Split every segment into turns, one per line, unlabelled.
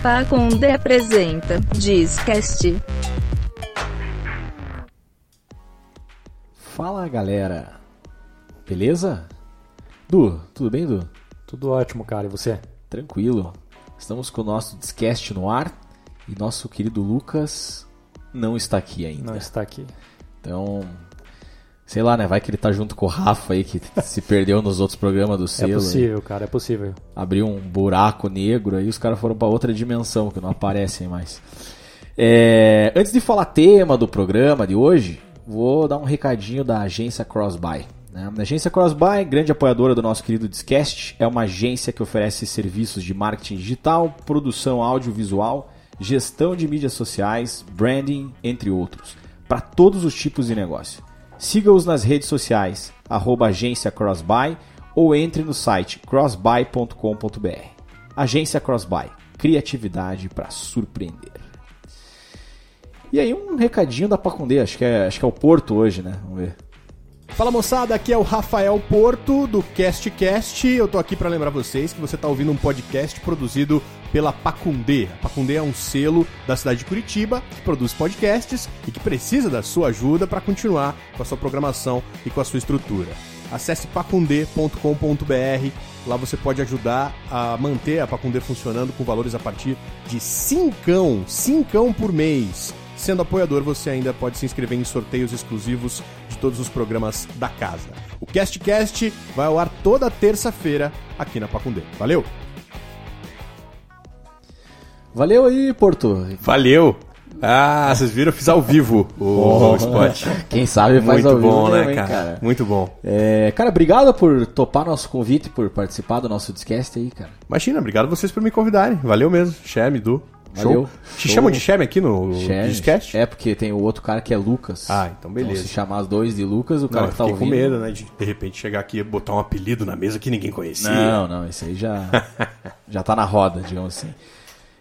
Pacundê Tá apresenta Discast.
Fala galera, beleza? Du, tudo bem, Du?
Tudo ótimo, cara. E você?
Tranquilo. Estamos com o nosso Discast no ar e nosso querido Lucas não está aqui ainda.
É.
Não está aqui.
Então, sei lá, né? Vai que ele tá junto com o Rafa aí que se perdeu nos outros programas do
É
selo.
possível, cara. É possível.
abriu um buraco negro aí os caras foram para outra dimensão que não aparecem mais. É, antes de falar tema do programa de hoje, vou dar um recadinho da agência Crossbuy. né? A agência Crossbuy, grande apoiadora do nosso querido Discast, é uma agência que oferece serviços de marketing digital, produção audiovisual, gestão de mídias sociais, branding, entre outros, para todos os tipos de negócio. Siga-os nas redes sociais, arroba agência Crossbuy, ou entre no site crossbuy.com.br. Agência Crossbuy, criatividade para surpreender. E aí um recadinho da Pacundê, acho que é, acho que é o Porto hoje, né? Vamos ver.
Fala moçada, aqui é o Rafael Porto do CastCast. Eu tô aqui pra lembrar vocês que você tá ouvindo um podcast produzido pela Pacundê. A Pacundê é um selo da cidade de Curitiba que produz podcasts e que precisa da sua ajuda pra continuar com a sua programação e com a sua estrutura. Acesse pacundê.com.br, lá você pode ajudar a manter a Pacundê funcionando com valores a partir de cincão, cincão por mês. Sendo apoiador, você ainda pode se inscrever em sorteios exclusivos de todos os programas da casa. O CastCast vai ao ar toda terça-feira aqui na Pacundê. Valeu!
Valeu aí, Porto.
Valeu! Ah, vocês viram? Eu fiz ao vivo o, o spot.
Quem sabe faz
Muito
ao vivo
bom, né,
mesmo, hein,
cara? Muito bom.
É, cara, obrigado por topar nosso convite, por participar do nosso Discast aí, cara.
Imagina, obrigado vocês por me convidarem. Valeu mesmo. Cheme, Du.
Valeu.
Show. Te
Show.
chamam de Cheme aqui no
Share.
podcast?
É, porque tem o outro cara que é Lucas.
Ah, então beleza.
se chamar os dois de Lucas, o
Não,
cara
eu
que tá
fiquei com
ouvindo...
medo, né? De, de repente chegar aqui e botar um apelido na mesa que ninguém conhecia.
Não, não, esse aí já, já tá na roda, digamos assim.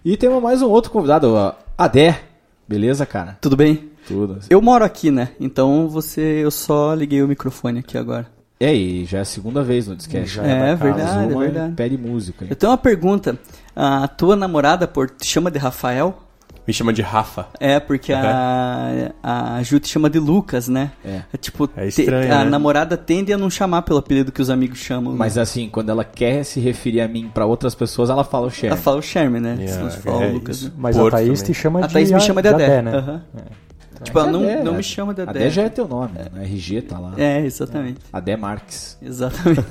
E temos mais um outro convidado, a Adé. Beleza, cara?
Tudo bem?
Tudo.
Eu moro aqui, né? Então você, eu só liguei o microfone aqui agora.
E aí, já é a segunda vez no Discast.
é É da casa. verdade, é
Uma
verdade.
Pede música. né? hein?
Eu tenho uma pergunta. A tua namorada por, te chama de Rafael?
Me chama de Rafa.
É, porque a, a Ju te chama de Lucas, né?
É.
tipo,
É estranho,
te- a
né?
namorada tende a não chamar pelo apelido que os amigos chamam. né?
Mas assim, quando ela quer se referir a mim pra outras pessoas, ela fala o share.
ela fala o Sherman, né? Se
Yeah,
não fala
é
o Lucas.
isso.
né?
Mas
Porto
a Thaís
também.
te chama
A
de
Thaís me chama de Adé.
né?
aham. Tipo, ela não,
Adé,
não
né?
me chama de Adé.
Adé já é teu nome, né? No RG tá lá.
É, exatamente.
Adé Marques.
Exatamente.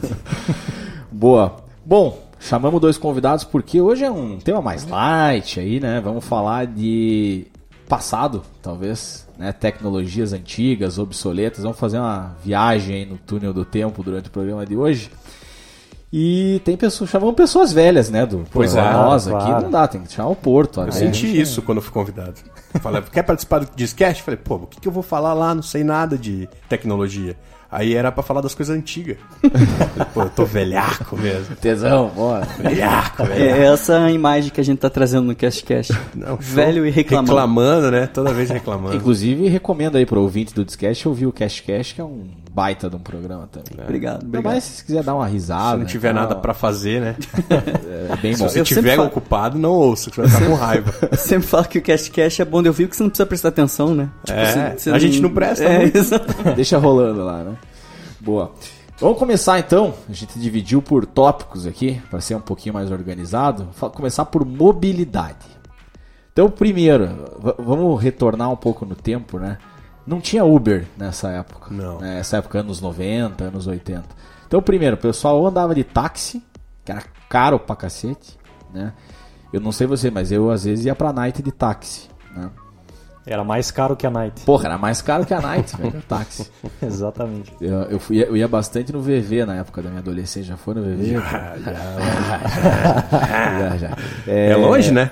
Boa. Bom, chamamos dois convidados porque hoje é um tema mais light aí, né? Vamos falar de passado, talvez, né? Tecnologias antigas, obsoletas. Vamos fazer uma viagem aí no túnel do tempo durante o programa de hoje. E tem pessoas, chamamos pessoas velhas, né, do
Pois é,
nós aqui
claro.
não dá, tem que chamar o Porto. né?
Eu senti isso quando eu fui convidado. Falei, quer participar do Discast? Falei, pô, o que, que eu vou falar lá? Não sei nada de tecnologia. Aí era pra falar das coisas antigas. Falei, pô, eu tô velhaco mesmo.
Tesão, bora.
Velhaco, velhaco.
é essa a imagem que a gente tá trazendo no Cash Cash.
Não, show.
Velho e reclamando.
Reclamando, né? Toda vez reclamando.
Inclusive, recomendo aí pro ouvinte do Discast ouvir o Cash Cash, que é um baita de um programa também.
É.
Obrigado,
Ainda
obrigado.
mais se quiser dar uma risada.
Ah, Se não
e
tiver
tal,
nada pra fazer, né?
É bem bom.
Se você
Eu sempre
tiver
falo-
ocupado, não ouça, que você vai ficar com raiva.
Eu sempre falo que o Cash Cash é bom de ouvir porque você não precisa prestar atenção, né? Tipo,
É, a gente não presta
É,
muito.
exato.
Deixa rolando lá, né? Boa. Vamos começar então. A gente dividiu por tópicos aqui, para ser um pouquinho mais organizado. Fa- Começar por mobilidade. Então, primeiro, v- vamos retornar um pouco no tempo, né? Não tinha Uber nessa época.
Não.
né? Essa época, anos 90, anos 80. Então, primeiro, o pessoal ou andava de táxi, que era caro pra cacete, né? Eu não sei você, mas eu às vezes ia pra night de táxi, né?
Era mais caro que a Night.
Porra, era mais caro que a Night, velho, o táxi.
Exatamente.
Eu, eu, fui, eu ia bastante no VV na época da minha adolescência. Já foi no VV? Já, já. já.
É, longe, né?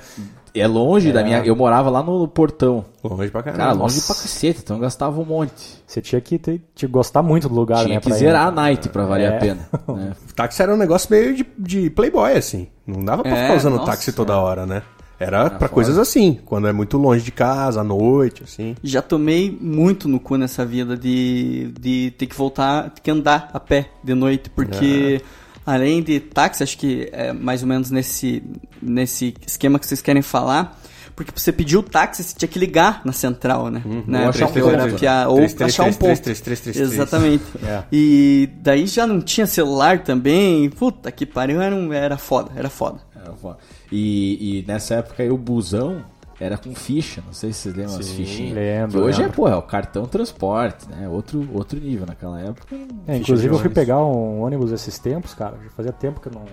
É longe da minha. Eu morava lá no portão.
Longe pra caramba.
Cara, longe pra cacete, então eu gastava um monte.
Você tinha que ter, te gostar muito do lugar,
Tinha
né?
que
pra ir.
zerar a night pra valer
É.
a pena. né?
O táxi era um negócio meio de, de playboy, assim. Não dava pra
É,
ficar usando
nossa,
táxi toda hora, né? Era pra coisas assim, quando é muito longe de casa, à noite, assim.
Já tomei muito no cu nessa vida de, de ter que voltar, ter que andar a pé de noite, porque
É.
além de táxi, acho que é mais ou menos nesse, nesse esquema que vocês querem falar. Porque pra você pedir o táxi, você tinha que ligar na central, né?
Uhum.
né?
ou achar um
Pra
ponto, né?
geografia, Ou
Três, três,
achar um
três,
ponto.
três, três, três, três, É. três.
Exatamente. E daí já não tinha celular também. Puta que pariu, era, um- era foda, era foda.
Era foda. E, e nessa época aí o busão era com ficha, não sei se vocês lembram as fichinhas.
lembro,
Que hoje é,
lembro.
pô, é o cartão transporte, né? Outro, outro nível naquela época.
É, inclusive eu fui pegar um ônibus esses tempos, cara. Já fazia tempo que eu não,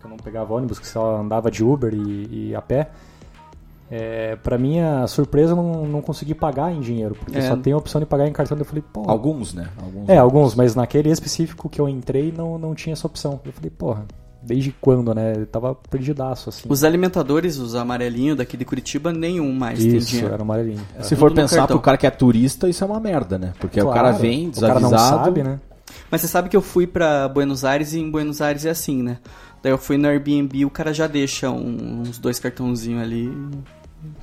que eu não pegava ônibus, que só andava de Uber e, e a pé. É, pra minha surpresa, eu não, não consegui pagar em dinheiro, porque
É.
só tem a opção de pagar em cartão. Daí Eu falei, pô,
Alguns, né? Alguns.
É, alguns, mas naquele específico que eu entrei não, não tinha essa opção. Eu falei, porra, desde quando, né? Eu tava perdidaço, assim.
Os alimentadores, os amarelinhos daqui de Curitiba, nenhum mais tem
Isso,
dinheiro.
era o amarelinho.
Se for
tudo no
pensar
cartão.
pro cara que é turista, isso é uma merda, né? Porque o cara
Claro,
vem
o cara
desavisado.
não sabe, né?
Mas você sabe que eu fui pra Buenos Aires e em Buenos Aires é assim, né? Daí eu fui no Airbnb, o cara já deixa um- uns dois cartãozinhos ali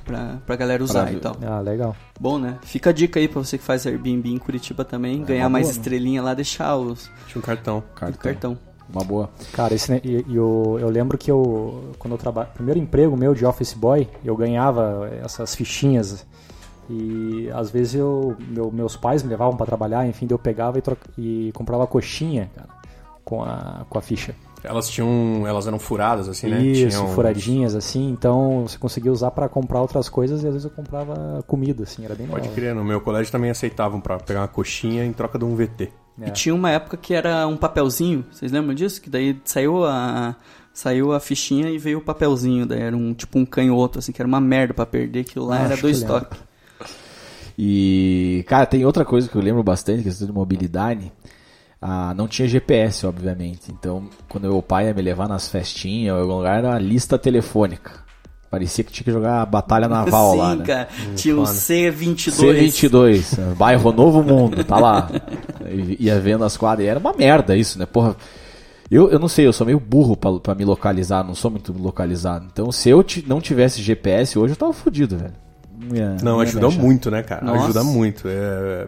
pra, pra galera usar
ver.
e tal.
Ah, legal.
Bom, né? Fica a dica aí pra você que faz Airbnb em Curitiba também, ganhar
uma
mais
boa, né?
estrelinha lá, deixar os,
Tinha um cartão.
o cartão.
Uma boa.
Cara, esse, ne- e, e eu, eu lembro que eu, quando eu trabalho, primeiro emprego meu de office boy, eu ganhava essas fichinhas. E às vezes eu, meu- meus pais me levavam pra trabalhar, enfim, daí eu pegava e, troca- e comprava coxinha, cara, com a, com a ficha.
Elas tinham. Elas eram furadas, assim, né?
Isso,
tinham...
furadinhas assim, então você conseguia usar pra comprar outras coisas e às vezes eu comprava comida, assim, era bem
Pode
legal.
crer, no meu colégio também aceitavam pra pegar uma coxinha em troca de um VT.
É.
E tinha uma época que era um papelzinho, vocês lembram disso? Que daí saiu a saiu a fichinha e veio o papelzinho, daí era um tipo um canhoto assim, que era uma merda pra perder, aquilo lá
Acho
era
que
dois
eu lembro.
toques.
E, cara, tem outra coisa que eu lembro bastante, questão de mobilidade. Ah, não tinha GPS, obviamente. Então, quando meu pai ia me levar nas festinhas ou em algum lugar, era uma lista telefônica. Parecia que tinha que jogar a batalha naval
Sim,
lá, né?
cara. Tinha um o C22.
C22, né? bairro Novo Mundo, tá lá. E- Ia vendo as quadras. E era uma merda isso, né? Porra. Eu, eu não sei, eu sou meio burro pra, pra me localizar, não sou muito localizado. Então, se eu ti- não tivesse GPS hoje, eu tava fudido, velho.
É,
ia-
Não,
ia
ajudou
me achar.
muito, né, cara?
Nossa.
Ajuda muito. É,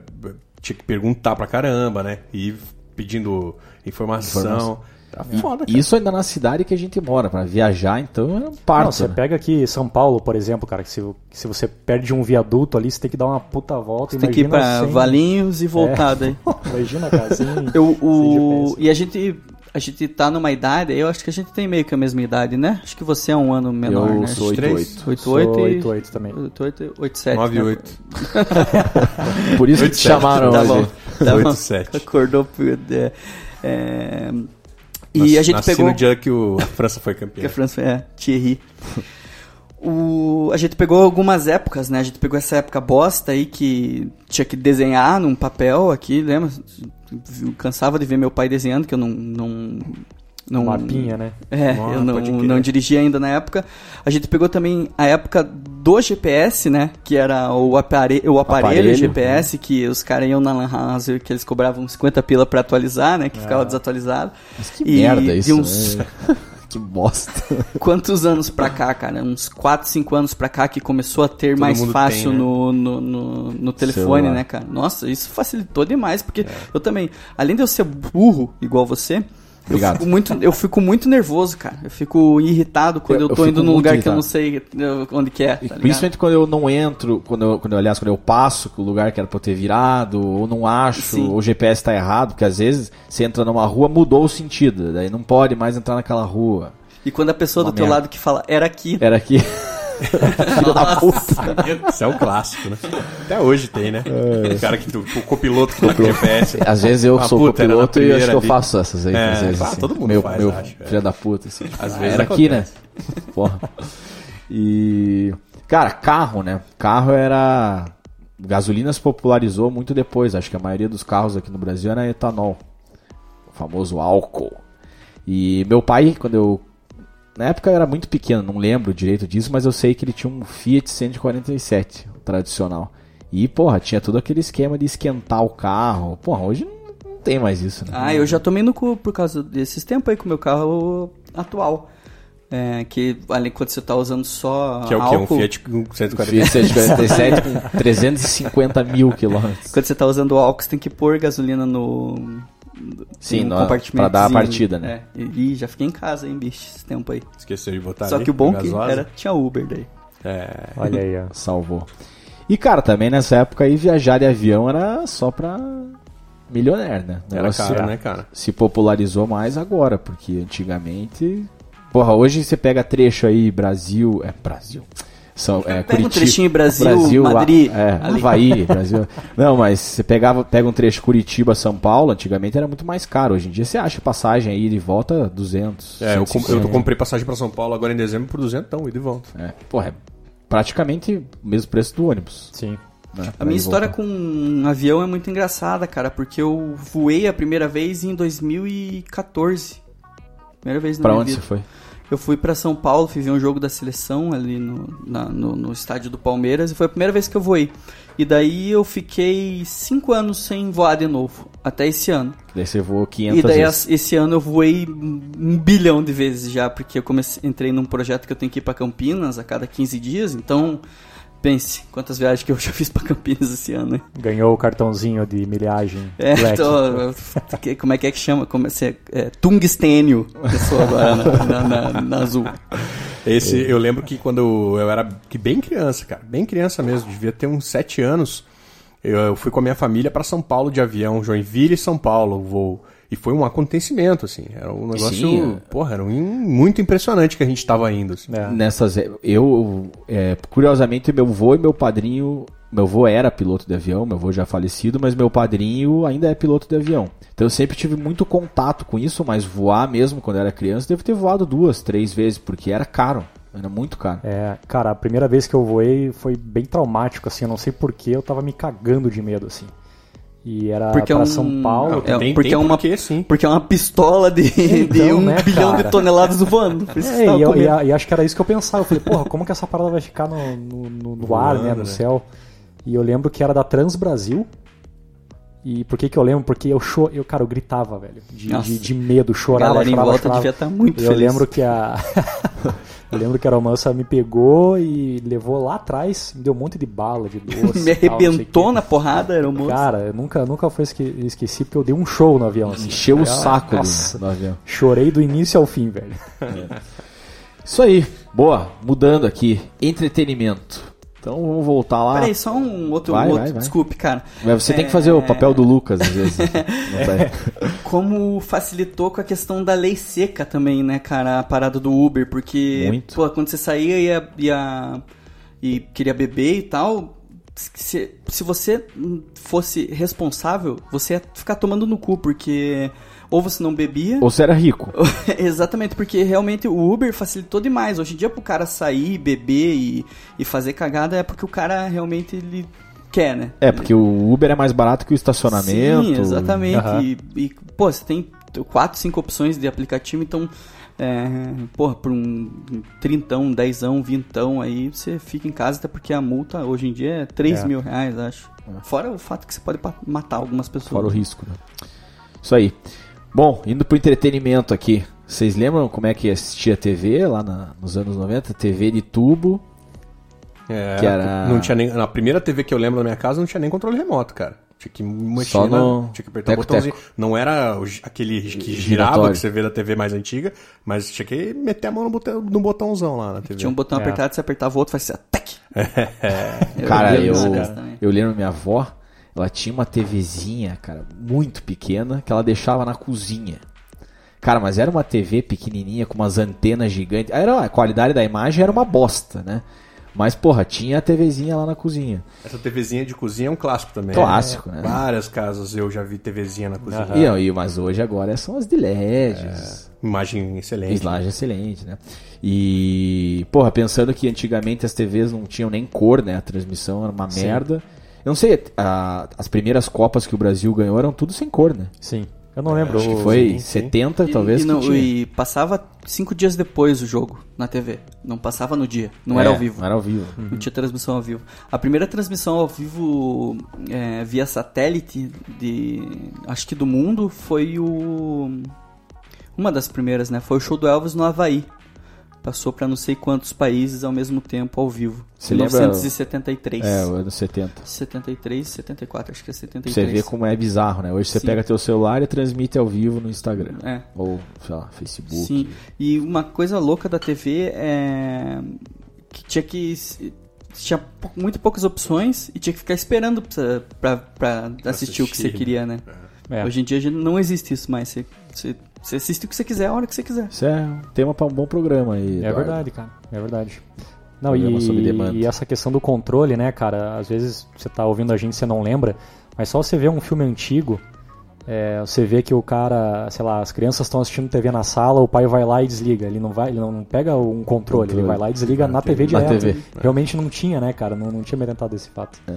tinha que perguntar pra caramba, né? E ir pedindo informação.
Informação.
Tá foda, cara.
Isso ainda na cidade que a gente mora, pra viajar, então é um
Não,
parto.
você
né?
pega aqui São Paulo, por exemplo, cara, que se, que se você perde um viaduto ali, você tem que dar uma puta volta.
Tem que ir
imagina É.
pra
sem-
Valinhos e voltar daí.
Imagina, cara, sem,
Eu,
sem
o...
GPS.
E a gente, a gente tá numa idade, eu acho que a gente tem meio que a mesma idade, né? Acho que você é um ano menor,
Eu
né?
sou
Três.
88.
Sou
88 e...
88 também.
88, 87.
98.
Por isso que te chamaram
tá
hoje.
Bom, tá bom.
87.
Acordou. por- É, é, e a gente
Nasci
pegou.
no dia que o, a França foi
Que a
campeã.
França foi. É, Thierry. O, a gente pegou algumas épocas, né? A gente pegou essa época bosta aí que tinha que desenhar num papel aqui, lembra? Eu Cansava de ver meu pai desenhando, que eu não. não, não
Mapinha, né?
É,
Ah,
eu não,
pode crer.
não dirigi ainda na época. A gente pegou também a época do GPS, né? Que era o, apare o aparelho,
Aparelho,
GPS, que os caras iam na Lan House, que eles cobravam 50 pila pra atualizar, né? Que ficava desatualizado. Mas
É. Que merda
De
isso.
uns
né? que bosta.
Quantos anos pra cá, cara? Uns 4, 5 anos pra cá que começou a ter
Todo
mais
mundo
fácil
tem, né?
no, no, no, no telefone,
Celular.
né, cara? Nossa, isso facilitou demais, porque eu também, além de eu ser burro igual você, eu
Obrigado.
fico, muito, eu fico muito nervoso, cara. Eu fico irritado quando
Eu-
eu,
eu
tô
fico
indo num
muito
lugar que eu
irritado.
não sei eh, onde que é, tá
E
ligado?
Principalmente quando eu não entro, quando eu, quando eu, aliás, quando eu passo que o lugar que era pra eu ter virado, ou não acho,
Sim.
ou o GPS tá errado, porque às vezes você entra numa rua, mudou o sentido, daí não pode mais entrar naquela rua.
E quando a pessoa
Uma
do teu
merda. É.
lado que fala, era aqui,
Era aqui. Filha da puta.
Isso é o clássico, né? Até hoje tem, né? O cara que tu, o copiloto que tá com GPS.
Assim, Às vezes eu
Ah,
sou
puta, era na
copiloto e acho
primeira
que eu
ali.
faço essas aí.
É,
às vezes,
ah,
assim.
todo mundo
meu,
faz,
meu
acho, é.
filho da puta. Assim.
Às
Ah,
vezes
era aqui, né?
acontece.
Porra. E. Cara, carro, né? Carro era. Gasolina se popularizou muito depois. Acho que a maioria dos carros aqui no Brasil era etanol. O famoso álcool. E meu pai, quando eu. Na época eu era muito pequeno, não lembro direito disso, mas eu sei que ele tinha um Fiat 147, o tradicional. E, porra, tinha todo aquele esquema de esquentar o carro. Porra, hoje não, não tem mais isso, né?
Ah, eu já tomei no cu por causa desses tempos aí com o meu carro atual. É, que ali quando você tá usando só
Que é o quê? Um
álcool,
Fiat 147.
Fiat 147 com 350 mil quilômetros.
quando você tá usando álcool, você tem que pôr gasolina no.
Sim,
no
no- pra dar a partida, né?
É. E, ih, já fiquei em casa, hein, bicho, esse tempo aí.
Esqueceu de botar
Só
Tá ali,
que o bom que
gasosa.
era tinha Uber daí.
É,
Olha aí, ó.
Salvou. E, cara, também nessa época aí viajar de avião era só pra milionário, né?
era
Negócio
caro, né, cara?
se popularizou mais agora, porque antigamente. Porra, hoje você pega trecho aí, Brasil. É, Brasil. São, é,
Pega um
Curitiba,
trechinho Brasil,
a-
Madrid,
É,
ali.
Havaí, Brasil. Não, mas você pegava, pega um trecho Curitiba, São Paulo, antigamente era muito mais caro. Hoje em dia você acha passagem aí de volta 200.
É, eu, com-
150.
eu comprei passagem pra São Paulo agora em dezembro por 200 e de volta.
É, porra, é praticamente o mesmo preço do ônibus.
Sim.
né, pra
A minha
ir e
história
voltar.
com um avião é muito engraçada, cara, porque eu voei a primeira vez em 2014. Primeira vez na
Pra
minha
onde
vida.
você foi?
Eu fui pra São Paulo, fui ver um jogo da seleção ali no, na- no, no estádio do Palmeiras e foi a primeira vez que eu voei. E daí eu fiquei cinco anos sem voar de novo, até esse ano.
Daí você voou 500
E daí
vezes.
as- esse ano eu voei um bilhão de vezes já, porque eu comecei, entrei num projeto que eu tenho que ir pra Campinas a cada 15 dias, então pense quantas viagens que eu já fiz pra Campinas esse ano.
Ganhou o cartãozinho de milhagem.
É,
Black.
tô, que- como é que é que chama? Como é, que é, é, tungstênio, que eu sou agora né? na, na- na- na Azul.
Esse,
É.
eu lembro que quando eu, eu era que bem criança, cara, bem criança mesmo, devia ter uns 7 anos, eu, eu fui com a minha família pra São Paulo de avião, Joinville e São Paulo, o voo. E foi um acontecimento, assim, era um negócio,
Sim, é.
porra, era um, muito impressionante que a gente tava indo, assim.
É.
Nessas. Eu. é, curiosamente, meu vô e meu padrinho. Meu vô era piloto de avião, meu vô já falecido, mas meu padrinho ainda é piloto de avião. Então eu sempre tive muito contato com isso, mas voar mesmo quando eu era criança, devo ter voado duas, três vezes, porque era caro. Era muito caro.
É, cara, a primeira vez que eu voei foi bem traumático, assim, eu não sei porquê, eu tava me cagando de medo, assim. E era
Porque é
pra
um-
São Paulo.
É,
Tem-
porque
tem
é uma-
porquê, sim.
Porque é uma pistola de, de
Então,
um
né,
bilhão
cara?
de toneladas voando. Por isso
É,
que eu tava
e,
com
eu- e
medo.
a- e acho que era isso que eu pensava. Eu falei, porra, como que essa parada vai ficar no, no- no- no ar, né? No
né?
céu. E eu lembro que era da Trans Brasil. E por que que eu lembro? Porque eu, cho eu cara, eu gritava, velho. De,
Nossa.
de, de medo,
A
chorava,
galera em
chorava,
volta
chorava.
devia tá muito
E eu
feliz.
lembro que a... eu lembro que a romança me pegou e levou lá atrás. Me deu um monte de bala, de doce. e tal, não
Me
sei o quê.
arrebentou na porrada, era um monstro.
Cara, eu nunca, nunca foi esque esqueci porque eu dei um show no avião. Assim.
Encheu o
Cara,
saco ali,
Nossa,
né, do avião.
chorei do início ao fim, velho.
Isso aí. Boa. Mudando aqui. Entretenimento. Então vamos voltar lá.
ah.
Peraí, só um outro.
Vai,
outro
vai, vai.
Desculpe, cara. É,
Mas Você tem que fazer o papel do Lucas, às vezes. Não tá-
Como facilitou com a questão da lei seca também, né, cara? A parada do Uber, porque
Muito.
pô, quando você saía e, ia- ia- e queria beber e tal, se, se você fosse responsável, você ia ficar tomando no cu, porque ou você não bebia.
Ou você era rico.
Exatamente, porque realmente o Uber facilitou demais. Hoje em dia, pro cara sair, beber e, e fazer cagada, é porque o cara realmente ele quer, né?
É, porque o Uber é mais barato que o estacionamento.
Sim, exatamente.
Aham.
E, e, pô, você tem quatro, cinco opções de aplicativo, então, é, porra, por um trintão, dezão, vintão, aí você fica em casa, até porque a multa hoje em dia é 3
É.
mil reais, acho. Fora o fato que você pode pa- matar algumas pessoas.
É. Fora o risco, né? Isso aí. Bom, indo pro entretenimento aqui. Vocês lembram como é que assistia TV lá na- nos anos 90? TV de tubo.
É,
Que era-
não tinha nem, na primeira TV que eu lembro da minha casa não tinha nem controle remoto, cara. Tinha que mexer,
Só
na-
no
tinha que apertar o
teco-teco.
botãozinho. Não era o gi- aquele que girava
Giratório.
que você vê da TV mais antiga, mas tinha que meter a mão no, botão, no botãozão lá na TV.
né?
Tinha um botão
É.
apertado, você apertava o outro, fazia tec. Eu
Cara,
lembro
eu,
dessa dessa também.
eu lembro minha avó, ela tinha uma TVzinha, cara, muito pequena, que ela deixava na cozinha. Cara, mas era uma TV pequenininha com umas antenas gigantes. Era, a qualidade da imagem era uma bosta, né? Mas, porra, tinha a TVzinha lá na cozinha.
Essa TVzinha de cozinha é um clássico também.
Clássico, né?
Várias casas eu já vi TVzinha na cozinha.
E, não, e- mas hoje agora são as de LEDs.
É,
Imagem excelente.
Slide excelente, né? E, porra, pensando que antigamente as TVs não tinham nem cor, né? A transmissão era uma merda. Eu não sei, a- as primeiras Copas que o Brasil ganhou eram tudo sem cor, né?
Sim. Eu não lembro.
Acho que
o-
foi
sim, sim.
70,
E-
talvez,
E, não-
que tinha.
e passava cinco dias depois o jogo na TV. Não passava no dia. Não era
É,
ao vivo.
Não era ao vivo.
Não tinha transmissão ao vivo. A primeira transmissão ao vivo é, via satélite de. acho que do mundo foi o. Uma das primeiras, né? Foi o show do Elvis no Havaí. Passou pra não sei quantos países ao mesmo tempo ao vivo.
Você lembra-
1973.
É, o ano 70.
73, 74, acho que é
Pra
73.
você ver como é bizarro, né? Hoje você
Sim.
pega teu celular e transmite ao vivo no Instagram. né?
É.
Ou, sei lá, Facebook.
Sim, e uma coisa louca da TV é que tinha que tinha pou- muito poucas opções e tinha que ficar esperando pra, pra, pra assistir o que você
assistir,
queria, né?
É.
Hoje em dia já não existe isso mais. Você, você, você assiste o que você quiser, a hora que você quiser.
Isso é um tema pra um bom programa aí.
É
Eduardo.
verdade, cara. É verdade. Não,
Programa sob demanda.
e, e essa questão do controle, né, cara? Às vezes você tá ouvindo a gente e você não lembra, mas só você vê um filme antigo, é, você vê que o cara, sei lá, as crianças estão assistindo TV na sala, o pai vai lá e desliga. Ele não vai, ele não pega um controle,
Controle.
ele
Ah,
vai lá e desliga na TV
na
direto.
TV.
Realmente não tinha, né, cara? Não, não tinha me atentado desse fato.
É.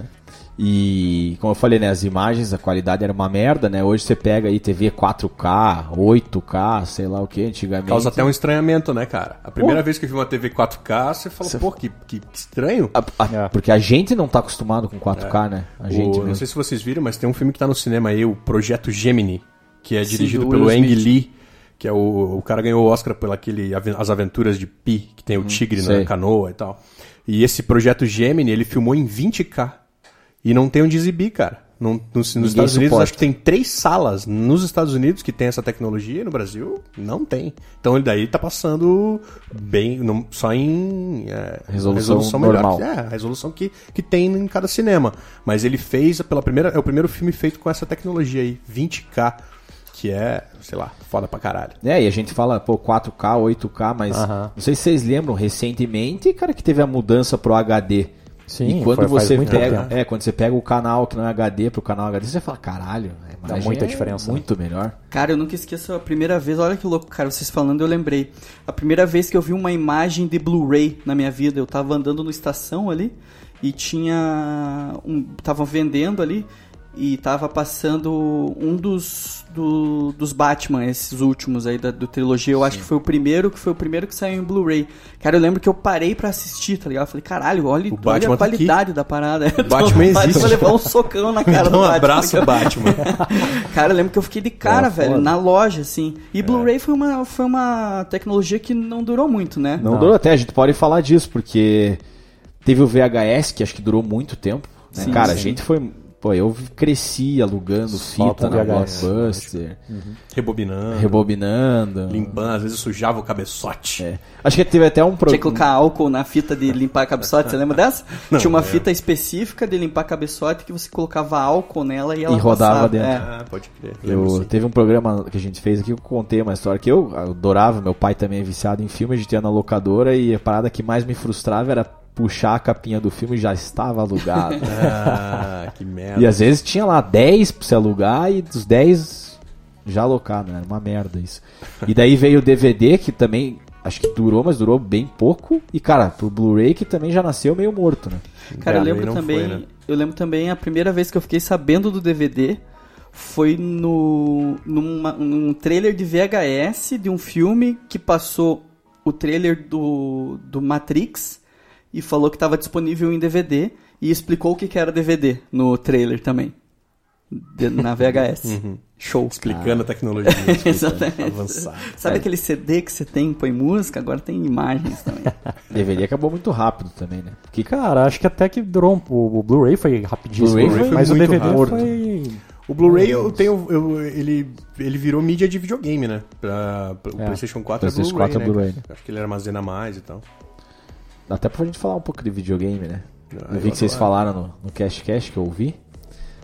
E, como eu falei, né? As imagens, a qualidade era uma merda, né? Hoje você pega aí TV 4K, 8K, sei lá o que, antigamente.
Causa até um estranhamento, né, cara? A primeira vez que eu vi uma TV 4K, você fala, pô, que, que estranho.
A- a-
É.
Porque a gente não tá acostumado com 4K, né? A gente
O-
mesmo.
não sei se vocês viram, mas tem um filme que tá no cinema aí, o Projeto Gemini, que é
Sim,
dirigido
do
pelo
Will
Ang
Smith.
Lee, que é o, o cara ganhou o Oscar por aquele Aven- As Aventuras de Pi, que
Hum,
tem o tigre
sei.
na canoa e tal. E esse Projeto Gemini, ele filmou em 20K. E não tem onde exibir, cara. Não, no- nos Estados Unidos,
suporta.
acho que tem três salas nos Estados Unidos que tem essa tecnologia, e no Brasil, não tem. Então, ele daí tá passando bem, não- só em é,
Resolução normal.
que- é, a resolução que, que tem em cada cinema. Mas ele fez pela primeira. É o primeiro filme feito com essa tecnologia aí, 20K, que é, sei lá, foda pra caralho.
É, e a gente fala, pô, 4K, 8K, mas
Aham.
não sei se vocês lembram, recentemente, cara, que teve a mudança pro HD.
Sim,
e quando
foi- faz
você
muito
pega,
tempo.
é, quando você pega o canal que não é HD pro canal HD, você fala, caralho, a imagem
muita
é
diferença, né?"
muito melhor.
Cara, eu nunca esqueço a primeira vez, olha que louco, cara, vocês falando eu lembrei. A primeira vez que eu vi uma imagem de Blu-ray na minha vida, eu tava andando no estação ali e tinha um tava vendendo ali e tava passando um dos do- dos Batman, esses últimos aí da do trilogia, eu acho que foi o primeiro, que foi o primeiro que saiu em Blu-ray. Cara, eu lembro que eu parei pra assistir, tá ligado? Eu falei, caralho, olha,
O
olha
Batman
a
tá aqui.
qualidade da parada. O
Batman existe.
vai levar um socão na cara
Dá
do
um
Batman. é
abraço, Batman.
Cara, eu lembro que eu fiquei de cara,
É,
velho,
foda. É.
na loja, assim. E Blu-ray foi, uma, foi uma tecnologia que não durou muito, né?
Não, durou até, a gente pode falar disso, porque teve o VHS, que acho que durou muito tempo. né?
Sim,
cara, a
sim.
gente foi. Pô, eu cresci alugando fita
com
na
VHS,
Blockbuster,
Rebobinando,
rebobinando.
limpando, às vezes sujava o cabeçote.
É. Acho que teve até um
Tinha que
programa.
colocar álcool na fita de limpar cabeçote, você lembra dessa? Tinha
é.
uma fita específica de limpar cabeçote que você colocava álcool nela e ela
rodava
passava.
dentro.
É.
Ah, pode crer.
Eu,
Lembro sim.
teve um programa que a gente fez aqui que eu contei uma história que eu adorava, meu pai também é viciado em filme, a gente ia na locadora e a parada que mais me frustrava era puxar a capinha do filme e já estava alugado.
Ah, que merda.
e às vezes tinha lá 10 pra você alugar e dos 10 já alocado, né? Era uma merda isso. E daí veio o DVD que também acho que durou, mas durou bem pouco. E cara, pro Blu-ray que também já nasceu meio morto, né?
Cara, eu
Blu-ray
lembro
não
também.
foi, né?
Eu lembro também a primeira vez que eu fiquei sabendo do DVD foi no numa- num trailer de VHS de um filme que passou o trailer do, do Matrix e falou que estava disponível em DVD e explicou o que, que era DVD no trailer também. de- na VHS. Show.
Explicando a tecnologia.
Exatamente.
Uhum. Avançar. É.
Sabe aquele CD que você tem, põe música? Agora tem imagens também.
DVD acabou muito rápido também, né? Porque, cara,
Cara, acho que até que durou um, o, o Blu-ray foi rapidíssimo,
Blu-ray foi
mas o
muito
DVD
rápido.
foi
O Blu-ray eu tenho. eu- ele, ele virou mídia de videogame, né? Pra, pra- o
É.
PlayStation 4 é
PlayStation
Blu-ray.
4 é
né,
Blu-ray,
cara? Acho que ele armazena mais e tal.
dá até pra gente falar um pouco de videogame, né?
Ah,
Eu vi que vocês falaram no, no Cash Cash que eu ouvi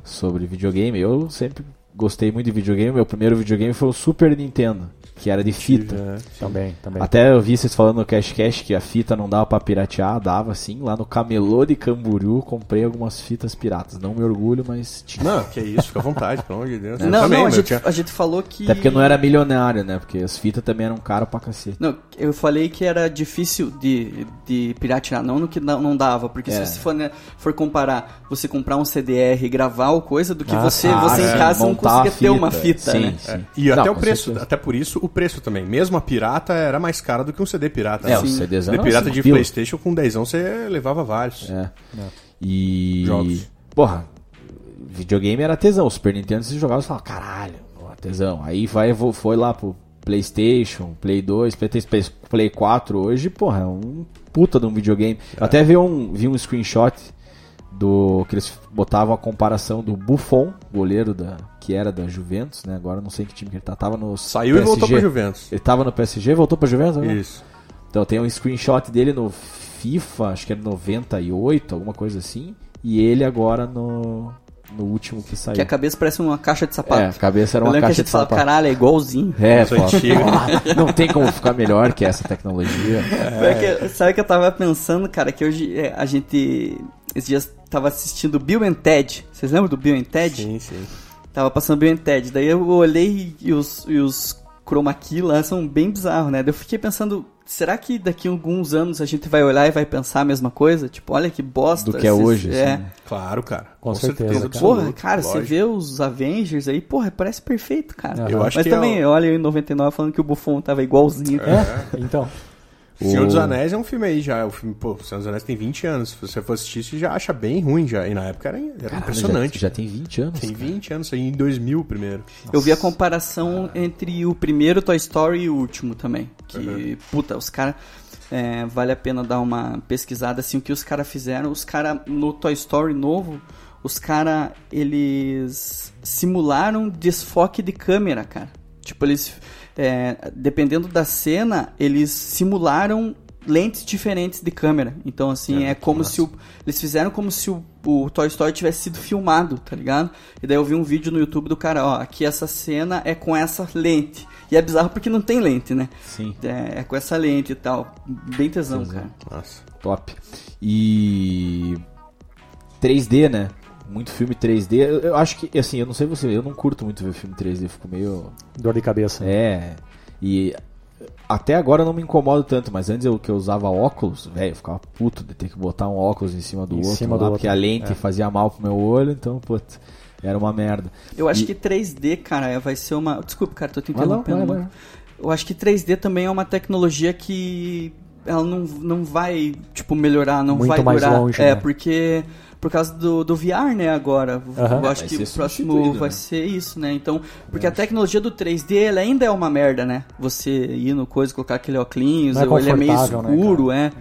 sobre videogame. Eu sempre gostei muito de videogame. Meu primeiro videogame foi o Super Nintendo. que era de fita.
Também, também.
Até eu vi vocês falando no Cash Cash que a fita não dava pra piratear, dava sim. Lá no Camelô de Camboriú comprei algumas fitas piratas. Não me orgulho, mas tinha.
Não, que isso, fica à vontade, pelo amor de Deus.
Não,
É, também,
não, a
meu,
gente,
tinha-
a gente falou que.
Até
é
porque eu não era milionário, né? Porque as fitas também eram caras pra cacete.
Não, eu falei que era difícil de, de piratear, não no que não não dava, porque
É.
se você for, né, for comparar, você comprar um CDR e gravar ou coisa, do que
Ah,
você,
tá,
você
sim,
em casa não
montar a
conseguia ter
fita,
uma fita,
sim,
né?
sim.
é, E
Não,
até o
com
preço,
certeza.
até por isso o preço também. Mesmo a pirata era mais cara do que um CD pirata.
É, o
Sim.
CDzão
CD
era
pirata
cinco
de
pila.
Playstation com 10 você levava vários.
É. E.
Jogos.
Porra, videogame era tesão. O Super Nintendo você jogava e você falava, caralho, ó, tesão. Aí vai, vo- foi lá pro PlayStation, Play 2, Play 3, Play- Play 4 hoje, porra, é um puta de um videogame.
É.
Eu até vi um, vi um screenshot do que eles botavam a comparação do Buffon, goleiro da que era da Juventus, né? Agora eu não sei que time que ele tá, tava no
Saiu e voltou pra Juventus.
Ele tava no PSG, voltou pra Juventus? agora?
Isso.
Então tem um screenshot dele no FIFA, acho que é era 98, alguma coisa assim. E ele agora no, no último que saiu.
Que a cabeça parece uma caixa de sapato.
É, a cabeça era
eu
uma
lembro
caixa
que a
de
gente falava,
sapato.
caralho, é igualzinho.
É,
Isso
pô,
antigo.
ah, não tem como ficar melhor que essa tecnologia.
Sabe que- sabe que eu tava pensando, cara, que hoje é, a gente. Esses dias tava assistindo Bill and Ted. Vocês lembram do Bill and Ted?
Sim, sim.
Tava passando Bill and Ted. Daí eu olhei e os, e os chroma key lá são bem bizarros, né? Daí eu fiquei pensando, será que daqui a alguns anos a gente vai olhar e vai pensar a mesma coisa? Tipo, olha que bosta.
Do que é
esses-
hoje,
É. Tipo,
assim.
Claro, cara.
Com certeza, cara.
absoluta,
Porra, cara, você
lógico.
vê os Avengers aí, porra, parece perfeito, cara.
Aham.
Eu acho
Mas
que
também,
é
olha eu em 99 falando que o Buffon tava igualzinho.
É, então.
o... Senhor dos Anéis é um filme aí já. O filme, pô, o Senhor dos Anéis tem 20 anos. Se você for assistir, você já acha bem ruim já. E na época era, era
Caralho,
impressionante.
Já, já tem 20 anos.
Tem
cara.
20 anos, isso aí em 2000 primeiro.
Eu vi a comparação entre o primeiro Toy Story e o último também. Que, puta, os caras. vale a pena dar uma pesquisada assim o que os caras fizeram. Os caras, no Toy Story novo, os caras, eles simularam desfoque de câmera, cara. Tipo, eles. é, dependendo da cena, eles simularam lentes diferentes de câmera. Então, assim, é, como se o. Eles fizeram como se o, o Toy Story tivesse sido filmado, tá ligado? E daí eu vi um vídeo no YouTube do cara, ó, aqui essa cena é com essa lente. E é bizarro porque não tem lente, né?
Sim,
É, é com essa lente e tal. Bem tesão, cara.
Nossa.
top. E 3D, né? Muito filme 3D. Eu, eu acho que, assim, eu não sei você, eu não curto muito ver filme 3D, eu fico meio
Dor de cabeça.
É. E até agora eu não me incomodo tanto, mas antes eu que eu usava óculos, velho, eu ficava puto de ter que botar um óculos em cima do
Em
outro,
cima
lá,
do
porque a
outro, é.
lente fazia mal pro meu olho, então, putz, era uma merda.
Eu acho
E-
que 3D, cara, vai ser uma. Desculpa, cara, tô te
Vai lá,
interrompendo.
vai,
muito.
vai.
Eu acho que 3D também é uma tecnologia que ela não, não vai, tipo, melhorar, não
Muito
vai
mais
durar.
longe, né?
é, porque por causa do, do VR, né, agora.
Aham.
Eu acho
Vai
que
ser
o próximo
substituído,
vai
né?
ser isso, né? Então, porque a tecnologia do 3D ela ainda é uma merda, né? Você ir no coisa, colocar aquele óculos,
Não é
ele é meio
confortável, né,
escuro, é.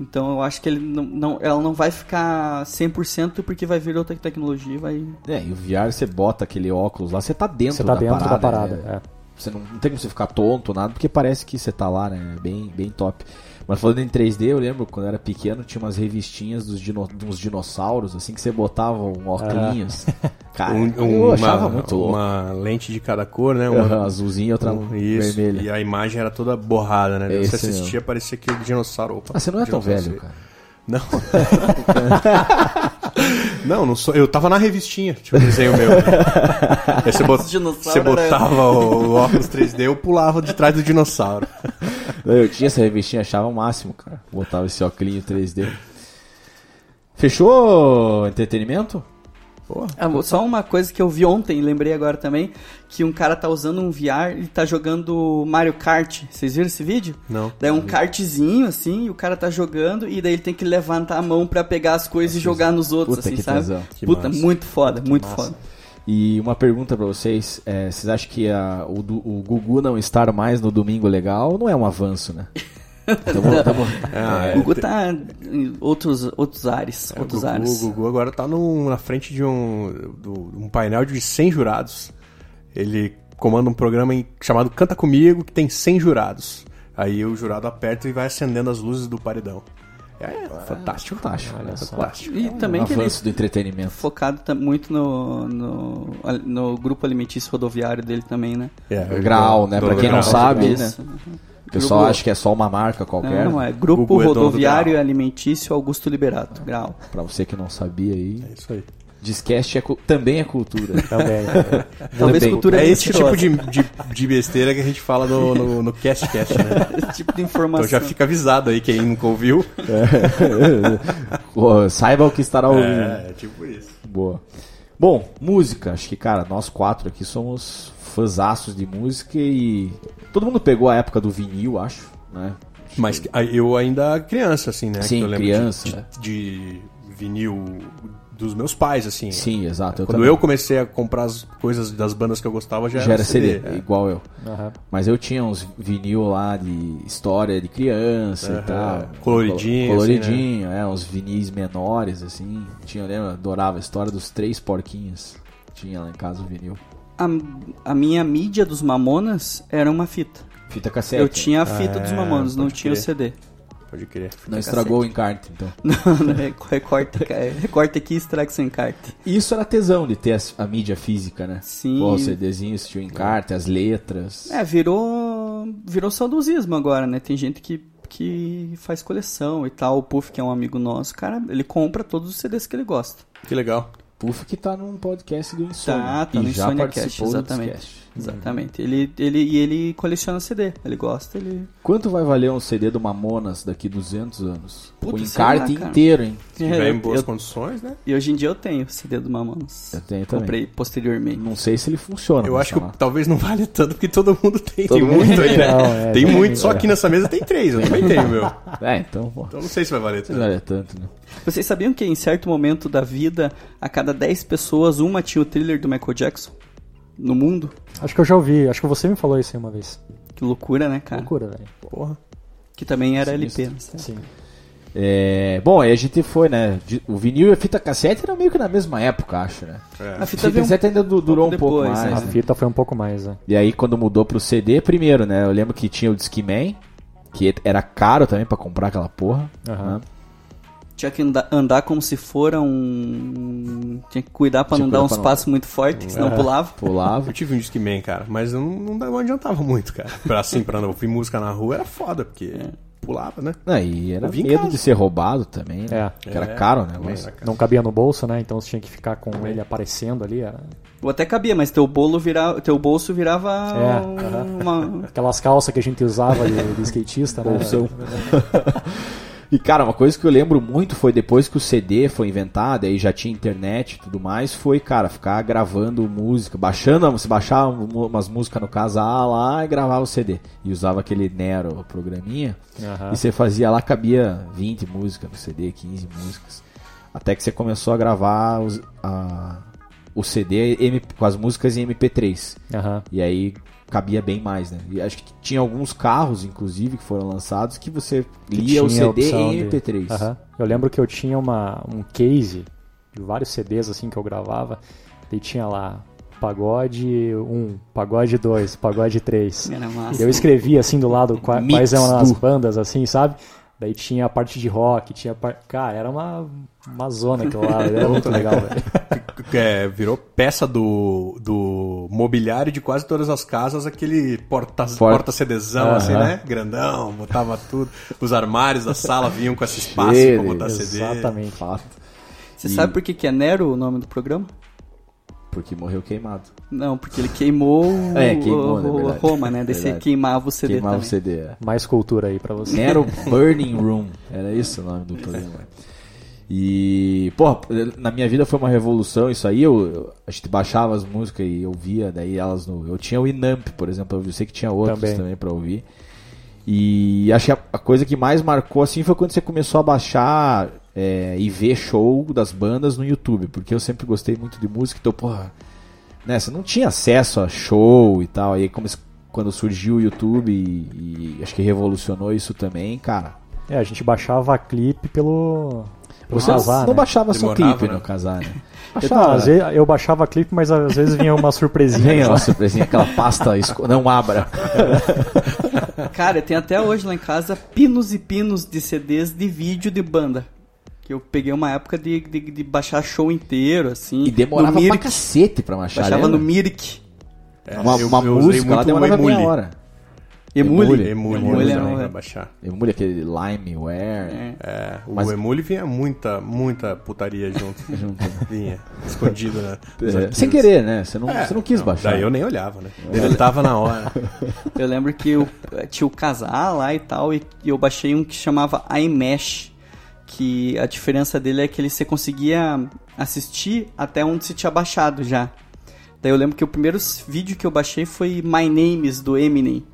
Então eu acho que ele não, não- ela não vai ficar 100% porque vai vir outra tecnologia e vai
É, e o VR você bota aquele óculos lá, você tá dentro,
Você tá
da,
dentro
parada,
da parada.
né?
é.
Você não, não tem como você ficar tonto, nada, porque parece que você tá lá, né? Bem, bem top. Mas falando em 3D, eu lembro quando eu era pequeno, tinha umas revistinhas dos dino, dos dinossauros, assim, que você botava um óculos. Cara,
Um,
eu achava muito louco.
uma lente de cada cor, né? Uma-
Aham, É azulzinha e outra
um- isso.
vermelha.
E a imagem era toda borrada, né?
É isso
você assistia, parecia que o dinossauro. Opa,
Ah, você não é tão
dinossauro,
velho,
você-
cara.
Não. não, não sou. Eu tava na revistinha, tipo, desenho meu. Aí você, bot-
Os dinossauros
você
era-
botava o, o óculos 3D, eu pulava de trás do dinossauro.
Eu tinha essa revistinha, achava o máximo, cara. Botava esse óculinho 3D. Fechou entretenimento?
Ah, Só uma coisa que eu vi ontem, lembrei agora também, que um cara tá usando um VR e tá jogando Mario Kart. Vocês viram esse vídeo?
Não.
Daí é um kartzinho, assim, e o cara tá jogando, e daí ele tem que levantar a mão pra pegar as coisas e jogar nos outros,
Puta,
assim,
que
sabe?
tesão.
Que
Puta,
massa.
muito foda, muito foda.
E uma pergunta pra vocês: é, vocês acham que a- o, Du- o Gugu não estar mais no Domingo Legal não é um avanço, né? Tamo, tamo,
Ah, É,
o Gugu tá em outros, outros ares,
O
outros
Gugu,
ares.
o Gugu agora tá num- na frente de um, do- um painel de 100 jurados. Ele comanda um programa em- chamado Canta Comigo, que tem 100 jurados. Aí o jurado aperta e vai acendendo as luzes do paredão. É,
Ah,
fantástico. É
Fantástico, olha só.
Fantástico.
E também que ele
É um Avanço do entretenimento.
focado tá muito no, no, no grupo alimentício rodoviário dele também, né? é
É,
Grau, né?
do-
Pra
do
quem não
grau.
sabe,
Isso.
o pessoal acha que é só uma marca qualquer.
Não, é Grupo
Google é dono do
Rodoviário
Grau.
Alimentício Augusto Liberato, Grau.
Pra você que não sabia aí,
É isso aí.
disquete é cu- também é cultura.
Também.
Talvez
Também.
cultura
É esse tipo
mentirosa.
de, de, de besteira que a gente fala no, no, no cast cast, né?
Esse tipo de
Então
informação.
já fica avisado aí quem nunca ouviu.
é
Ô, Saiba o que estará ouvindo.
É, tipo isso.
Boa. Bom, música. Acho que, cara, nós quatro aqui somos fãzaços de música e. Todo mundo pegou a época do vinil, acho, né?
Mas que- aí eu ainda criança, assim, né?
Sim,
que eu lembro
criança,
de-
né?
De, de vinil dos meus pais, assim.
Sim, exato.
Quando
também.
eu comecei a comprar as coisas das bandas que eu gostava, já,
já era CD,
é.
igual eu.
Aham.
Mas eu tinha uns vinil lá de história de criança e tal.
Coloridinho,
Colo-
assim,
Coloridinho, é, uns vinis menores, assim. Tinha, eu lembro, adorava a história dos três porquinhos. Tinha lá em casa o vinil.
A, a minha mídia dos Mamonas era uma fita.
Fita cassete.
Eu tinha a fita dos Mamonas, não
É, pode
tinha o
crer.
CD.
Pode crer.
Não estragou o encarte, então.
Não, né? recorta, é, recorta aqui e estraga sem encarte.
Isso era tesão de ter as- a, mídia física, né?
Sim.
Pô, o CDzinho, assistiu em carta, as letras.
É, virou, virou saudosismo agora, né? Tem gente que, que faz coleção e tal. O Puff, que é um amigo nosso, cara, ele compra todos os CDs que ele gosta.
Que legal.
Puff que tá num podcast do Insônia.
Tá, tá
e
no
já
Insônia
participou
Cast,
do
exatamente.
Discast.
Exatamente. Ele, ele, e ele coleciona CD. Ele gosta, ele...
Quanto vai valer um CD do Mamonas daqui 200 anos?
Puta,
o
sei lá,
encarte
cara.
inteiro, hein?
Tiver em
É, Eu-
boas
eu-
condições, né?
e hoje em dia eu tenho o CD do Mamonas.
Eu tenho também.
Comprei posteriormente.
Não sei se ele funciona.
Eu
mas
acho que
tá lá.
talvez não valha tanto, porque todo mundo tem.
Todo
tem
mundo
muito aí, né?
Não, é,
tem
tem
muito, só aqui nessa mesa tem três, eu também tenho, meu.
É, então, pô.
Então não sei se vai valer
Não
tanto.
era tanto, né?
Vocês sabiam que em certo momento da vida, a cada 10 pessoas, uma tinha o thriller do Michael Jackson? No mundo?
Acho que eu já ouvi, acho que você me falou isso aí uma vez.
Que loucura, né, cara?
Loucura, velho.
Porra.
Que também era LP. né?
Sim.
É, bom, aí a gente foi, né? de- O vinil e a fita cassete eram meio que na mesma época, acho, né?
É.
A
A
fita
fita
veio um
cassete ainda du- durou um pouco
depois,
mais.
A
né?
fita foi um pouco mais, né?
E aí quando mudou pro CD, primeiro, né? Eu lembro que tinha o Discman, que era caro também pra comprar aquela porra.
Aham.
né?
Tinha que anda- andar como se fora um. Tinha que cuidar pra
Tinha
não
que
dar
cuidar
uns
pra não-
passos muito fortes, que
É.
senão pulava.
Pulava. tipo,
Eu tive um Discman, cara, mas eu não, não, dava- não adiantava muito, cara. Pra, assim, pra não ouvir música na rua era foda, porque pulava, né?
Não, e era
Eu vim em
medo
casa.
de ser roubado também, né?
É.
Porque era
É,
caro o
também
negócio.
era caro.
Não cabia no bolso, né? Então você tinha que ficar com ele aparecendo ali. é. Era...
Ou até cabia, mas teu, bolo vira... teu bolso virava
É,
um-
aham.
uma.
Aquelas calças que a gente usava de, de skatista, né?
Bolsão. E cara, uma coisa que eu lembro muito foi depois que o CD foi inventado, aí já tinha internet e tudo mais, foi, cara, ficar gravando música, baixando, você baixava um- umas músicas no casal lá e gravava o CD. E usava aquele Nero, o programinha,
Aham.
e você fazia lá, cabia 20 músicas no CD, 15 músicas. Até que você começou a gravar os- a- o CD M- com as músicas em MP3.
Aham.
E aí cabia bem mais, né? E acho que tinha alguns carros, inclusive, que foram lançados que você lia o
Tinha a
CD
opção
em
de-
MP3.
Aham. Eu lembro que eu tinha uma, um case de vários CDs assim que eu gravava. E tinha lá pagode 1, pagode 2, pagode 3.
Era
E
massa.
eu escrevi assim do lado qua-
Mix
quais eram as
do-
bandas, assim, sabe? Daí tinha a parte de rock, tinha a parte. Cara, era uma, uma zona aquilo lá, era muito legal, velho.
É, virou peça do, do mobiliário de quase todas as casas, aquele porta, porta CDzão, assim, né? Grandão, botava tudo. Os armários da sala vinham com esse espaço pra
Cheiro,
botar CD.
Exatamente.
Fato.
Você sabe por que, que é Nero o nome do programa?
Porque morreu queimado.
Não, porque ele queimou, o-
É, queimou, na
o-
verdade.
Roma, né? Daí você
Verdade.
queimava o CD
Queimava o
também.
CD. é.
Mais cultura aí pra você.
Nero Burning Room. Era esse o nome do programa. E, porra, na minha vida foi uma revolução isso aí. Eu, eu- a gente baixava as músicas e ouvia, daí elas no. Eu tinha o Inamp, por exemplo, eu sei que tinha outros
Também.
também, pra ouvir. E acho que a, a coisa que mais marcou assim foi quando você começou a baixar é, e ver show das bandas no YouTube, porque eu sempre gostei muito de música, então, porra, né, você não tinha acesso a show e tal. Aí come- quando surgiu o YouTube e, e acho que revolucionou isso também, cara.
É, a gente baixava clipe pelo.
Você
casar,
não
né?
baixava seu
Demorava,
clipe
né?
no casar, né?
Baixava, Então, às vezes- eu baixava clipe, mas às vezes vinha uma
Vem
surpresinha. né?
uma surpresinha, aquela pasta, esco- não abra.
Cara, tem até hoje lá em casa pinos e pinos de CDs de vídeo de banda. Que eu peguei uma época de, de, de baixar show inteiro, assim.
E demorava
no
pra
Mirk,
cacete né? pra baixar.
Baixava no
lembra?
Mirk.
Uma,
É, eu-
uma
eu
música,
usei
ela
muito o
demorava meia
Emule.
hora.
Emule,
Emule. Emule
Emule
era
também
um-
né?
pra baixar.
Emule aquele Limeware.
É.
É, o
Mas-
Emule vinha muita, muita putaria junto.
junto.
vinha, escondido, né?
É, sem querer, né? Você não, você não quis baixar.
Daí eu nem olhava, né? Deletava na hora.
Eu lembro que eu eh, tinha o casar lá e tal, e eu baixei um que chamava iMesh, que a diferença dele é que ele você conseguia assistir até onde se tinha baixado já. Daí eu lembro que o primeiro s- vídeo que eu baixei foi My Names do Eminem.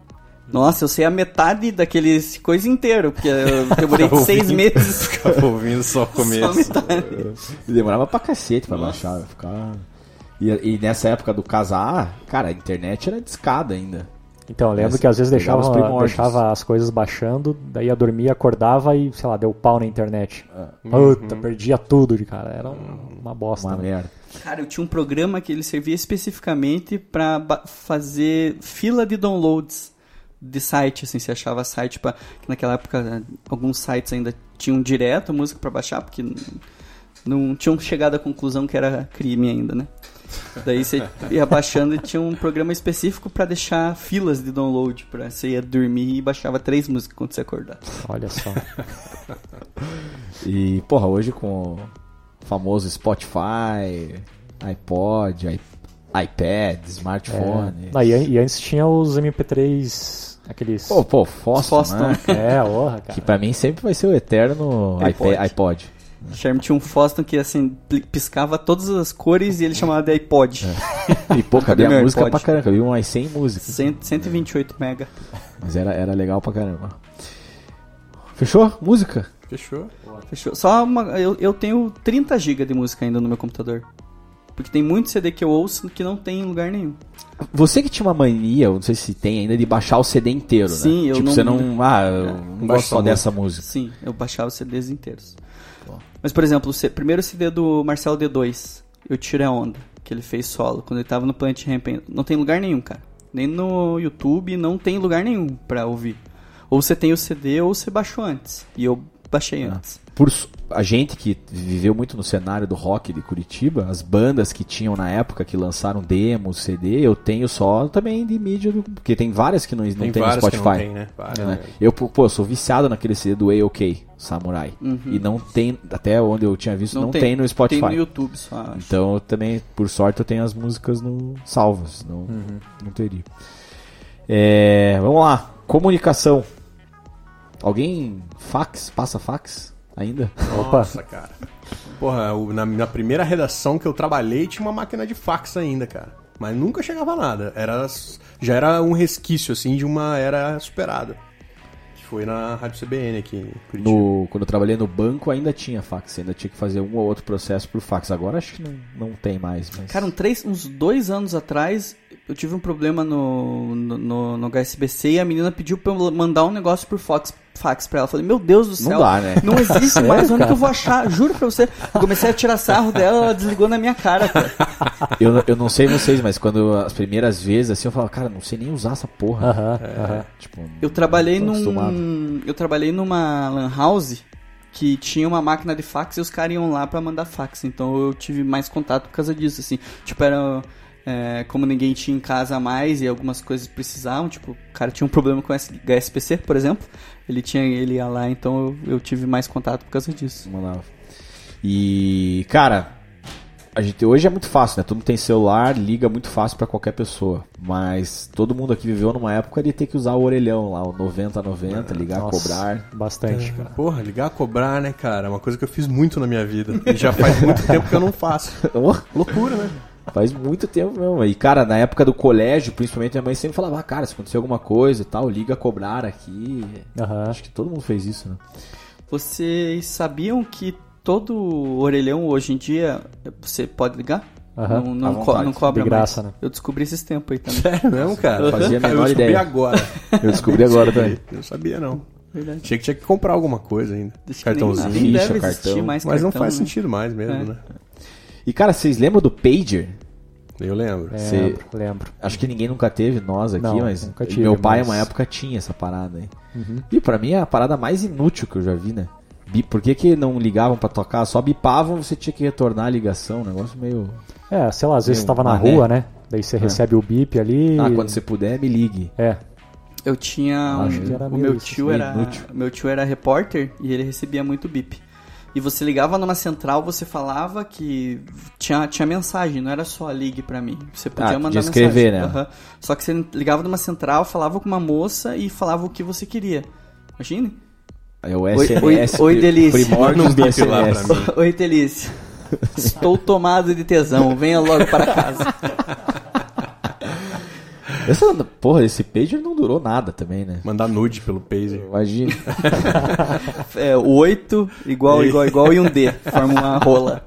Nossa, eu sei a metade daqueles coisa inteiro, porque eu demorei
Tá
seis
ouvindo?
meses.
Ficava ouvindo só o
Só a
começo.
metade.
E Demorava pra cacete pra baixar. eu Ficava... E, e nessa época do casar, cara, a internet era discada ainda.
Então, eu lembro
Mas
que às vezes
pegava
deixava,
os primórdios.
deixava as coisas baixando, daí ia dormir, acordava e, sei lá, deu pau na internet.
Ah.
Puta, perdia tudo de cara. Era um- uma bosta.
Uhum. Uma
né?
merda.
Cara, eu tinha um programa que ele servia especificamente pra ba- fazer fila de downloads de site, assim, você achava site para naquela época né, alguns sites ainda tinham direto música pra baixar, porque n- não tinham chegado à conclusão que era crime ainda, né? Daí você ia baixando e tinha um programa específico pra deixar filas de download, pra você ia dormir e baixava três músicas quando você acordar.
Olha só.
E, porra, hoje com o famoso Spotify, iPod, i- iPad, smartphone.
É. Não, e, an- e antes tinha os MP3, aqueles.
Pô, pô, Foston,
Foston.
né?
É, orra, cara.
Que pra mim sempre vai ser o eterno
iPod.
iPod. iPod.
O Charme tinha um Foston que assim pli- piscava todas as cores e ele chamava de iPod.
E, pô, cadê
Cadê
a
meu
música
iPod?
pra caramba? Eu vi umas 100 músicas.
Cento- 128 mega.
Mas era, era legal pra caramba. Fechou? Música?
Fechou.
Fechou. Só uma. Eu, eu tenho 30 GB de música ainda no meu computador. Porque tem muito CD que eu ouço que não tem em lugar nenhum.
Você que tinha uma mania, eu não sei se tem ainda, de baixar o CD inteiro, né?
Sim, eu
tipo,
não-
você não. Ah, eu não
Baixa
gosto só
a
dessa música.
Sim, eu baixava os CDs inteiros. Mas, por exemplo, o C- primeiro CD do Marcelo D2, Eu Tiro a Onda, que ele fez solo, quando ele tava no Planet Ramp. Não tem lugar nenhum, cara. Nem no YouTube, não tem lugar nenhum pra ouvir. Ou você tem o CD ou você baixou antes. E eu baixei antes.
Por su- a gente que viveu muito no cenário do rock de Curitiba, as bandas que tinham na época que lançaram demo, CD, eu tenho só também de mídia, do- porque tem várias que não, não tem, no
vários
Spotify.
que não tem, né? Vários,
né?
né?
Eu, pô, pô, sou viciado naquele CD do AOK, Samurai. E não tem, até onde eu tinha visto, Uhum. não, tem, no Spotify.
Tem no YouTube só, acho.
Então eu também, por sorte, eu tenho as músicas no salvas, não, não teria. É, vamos lá, comunicação. Alguém fax, passa fax ainda?
Nossa, cara. Porra, o- na, na primeira redação que eu trabalhei tinha uma máquina de fax ainda, cara. Mas nunca chegava nada. Era, s- já era um resquício, assim, de uma era superada. Que foi na Rádio CBN aqui em Curitiba.
No, quando eu trabalhei no banco ainda tinha fax, ainda tinha que fazer um ou outro processo por fax. Agora acho que não, não tem mais. Mas...
Cara, um três, uns dois anos atrás, eu tive um problema no, no, no, no HSBC e a menina pediu pra eu mandar um negócio por fax, fax pra ela. Eu falei, meu Deus do céu.
dá, né?
Não existe mais, onde que eu vou achar? Juro pra você. Eu comecei a tirar sarro dela, ela desligou na minha cara, cara.
eu, eu não sei vocês, mas quando as primeiras vezes assim eu falava, cara, não sei nem usar essa porra.
Aham, aham.
Tipo,
Eu trabalhei
não tô acostumado.
num. Eu trabalhei numa lan house que tinha uma máquina de fax e os caras iam lá pra mandar fax. Então eu tive mais contato por causa disso, assim. Tipo, era. é, como ninguém tinha em casa mais e algumas coisas precisavam, tipo, o cara tinha um problema com HSPC, por exemplo. Ele tinha, ele ia lá, então eu, eu tive mais contato por causa disso.
Mandava. E, cara, a gente hoje é muito fácil, né? Todo mundo tem celular, liga muito fácil pra qualquer pessoa. Mas todo mundo aqui viveu numa época de ter que usar o orelhão lá, o 9090, ligar,
Nossa,
cobrar.
Bastante, cara.
Porra, ligar a cobrar, né, cara? É uma coisa que eu fiz muito na minha vida. E já faz muito tempo que eu não faço.
Oh,
Loucura, né?
faz muito tempo mesmo. E, cara, na época do colégio, principalmente, minha mãe sempre falava, "Ah, cara, se acontecer alguma coisa e tal, liga cobrar aqui.
Aham.
Acho que todo mundo fez isso, né?
Vocês sabiam que todo orelhão hoje em dia você pode ligar?
Aham.
Não,
À
não, co-
vontade.
não cobra
De graça,
mais.
né?
Eu descobri esses tempos aí também.
Sério mesmo, cara?
É Fazia a
Cara,
menor
eu descobri
ideia.
agora.
Eu descobri agora também.
Eu não sabia, não.
Verdade.
Tinha que, tinha que comprar alguma coisa ainda.
Acho que
Cartãozinho.
Nem, nem deve
ficha,
existir
cartão.
mais
Mas não
cartão,
faz
né?
sentido mais mesmo,
É.
né?
E cara, vocês lembram do Pager?
Eu lembro.
É.
Lembro, lembro.
Acho que ninguém nunca teve, nós aqui,
Não,
mas
nunca tive,
meu pai,
mas-
uma época, tinha essa parada aí. E pra mim é a parada mais inútil que eu já vi, né? Bi- Por que, que não ligavam pra tocar? Só bipavam, você tinha que retornar a ligação. Um negócio meio.
É, sei lá, às vezes
Tem
você tava na
mané.
rua, né? Daí você recebe o bip ali.
Ah, quando você puder, me ligue.
É,
Eu
Ah,
tinha um,
Acho que era
o
meio
meu
isso,
tio
meio
era
inútil.
meu tio era repórter e ele recebia muito bip. E você ligava numa central, você falava que tinha, tinha mensagem, não era só ligue pra mim. Você podia
podia
mandar
escrever,
mensagem.
né?
Aham. Só que você ligava numa central, falava com uma moça e falava o que você queria. Imagine?
É o
Oi-
SMS.
oi- oi,
pri-
delícia.
Manda
Primórdios
um
do
bip lá pra
SMS.
mim.
Oi, Delícia. Estou tomado de tesão, venha logo para casa.
Essa, porra, esse Pager não durou nada também, né?
Mandar nude pelo Pazer.
Imagina.
É, oito, igual, igual, igual e um D. Forma uma rola.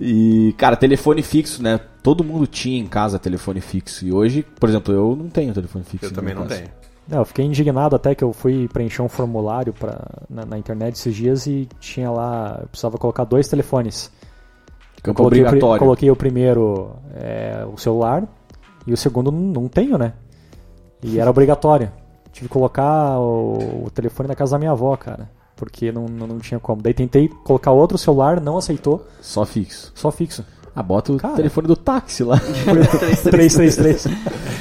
E, cara, telefone fixo, né? Todo mundo tinha em casa telefone fixo. E hoje, por exemplo, eu não tenho telefone fixo.
Eu
na
também
minha
não
casa.
tenho.
Não, eu fiquei indignado até que eu fui preencher um formulário pra, na, na internet esses dias e tinha lá, eu precisava colocar dois telefones. Eu
Campo
coloquei, o pri-
obrigatório.
coloquei o primeiro, é, o celular, e o segundo n- não tenho, né? E era obrigatório. Tive que colocar o, o telefone na casa da minha avó, cara, porque não, não, não tinha como. Daí tentei colocar outro celular, não aceitou,
Só fixo.
só fixo.
Ah, bota o
Cara.
telefone do táxi lá.
333.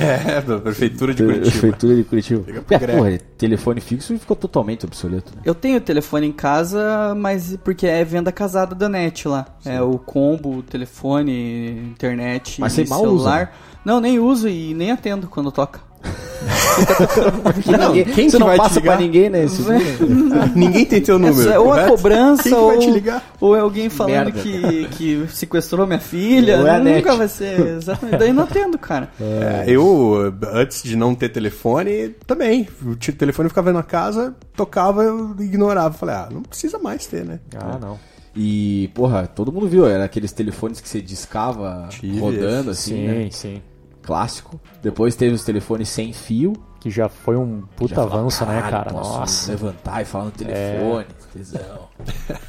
É, da prefeitura de Curitiba.
Prefeitura de Curitiba.
pro
É,
Greco.
porra, telefone fixo ficou totalmente obsoleto. né?
Eu tenho telefone em casa, mas porque é venda casada da net lá. É o combo, telefone, internet
Mas você
e
mal
celular. Não, nem uso e nem atendo quando toca.
Ninguém-
quem
você
que
não
vai te
passa pra
ligar?
ninguém, né? esses números?
Ninguém tem teu número.
É ou a
Vai-
cobrança,
Quem que vai
ou,
te ligar?
ou é alguém falando
merda,
que, que sequestrou minha filha.
Ou é a
Nunca
net.
vai ser. Exatamente. Daí não atendo, cara.
É, eu, antes de não ter telefone, também. O t- telefone ficava na casa, tocava, eu ignorava. Falei, ah, não precisa mais ter, né?
Ah, não.
E, porra, todo mundo viu. Era aqueles telefones que você discava
Tive
rodando, assim, né?
Sim, sim.
Clássico. Depois teve os telefones sem fio.
Que já foi um puta
Já falava,
avanço, né,
"Caralho,
cara?
posso
Nossa. É.
levantar e falar no telefone. Tesão.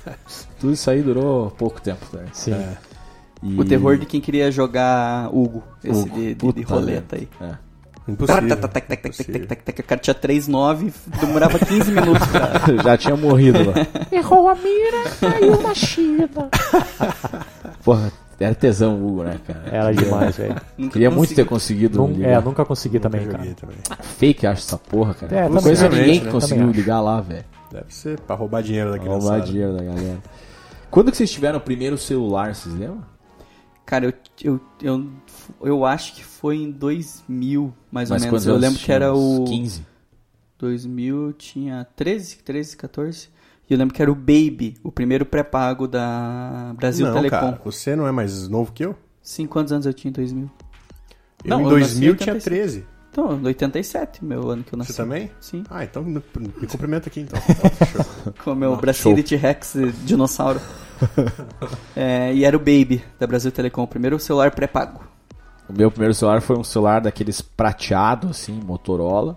Tudo isso aí durou pouco tempo, né?
Sim.
E-
O terror de quem queria jogar Hugo, esse
Hugo,
de, de, de
puta
roleta aí.
É.
Tá,
Impossível.
Tac, tac, tac, tac, tac,
Impossível.
tac, tac, tac. tá. O cara tinha 3,9, demorava 15 minutos pra.
Já tinha morrido lá.
Errou a mira, caiu na China.
Porra, era tesão, Hugo, né, cara?
Era demais, velho.
Nunca
Queria muito ter
consegui.
conseguido
Nun-
ligar.
É, nunca consegui também,
Joguei
cara.
também.
Fake, acho, essa porra, cara.
É,
não
também
conheço
acho,
ninguém que
né?
conseguiu
Também acho.
ligar lá, velho.
Deve ser pra roubar dinheiro da criança.
Roubar dinheiro da galera. Quando que vocês tiveram o primeiro celular, vocês lembram?
Cara, eu, eu, eu, eu acho que foi em 2000, mais ou menos.
quantos
Eu
anos
lembro que
tinha?
era
Uns
o.
15.
2000 eu tinha 13, 13, 14. E eu lembro que era o Baby, o primeiro pré-pago da Brasil
Não,
Telecom.
cara, você não é mais novo que eu?
Sim, quantos anos eu tinha em 2000?
Eu
Não,
em
eu
2000
nasci em
tinha
85.
13.
Então, em 87, meu ano que eu nasci.
Você também?
Sim,
Ah, então me cumprimenta aqui então.
com o meu Brasília T-Rex eh, dinossauro. É, e era o Baby, da Brasil Telecom, o primeiro celular pré-pago.
O meu primeiro celular foi um celular daqueles prateado, assim, Motorola.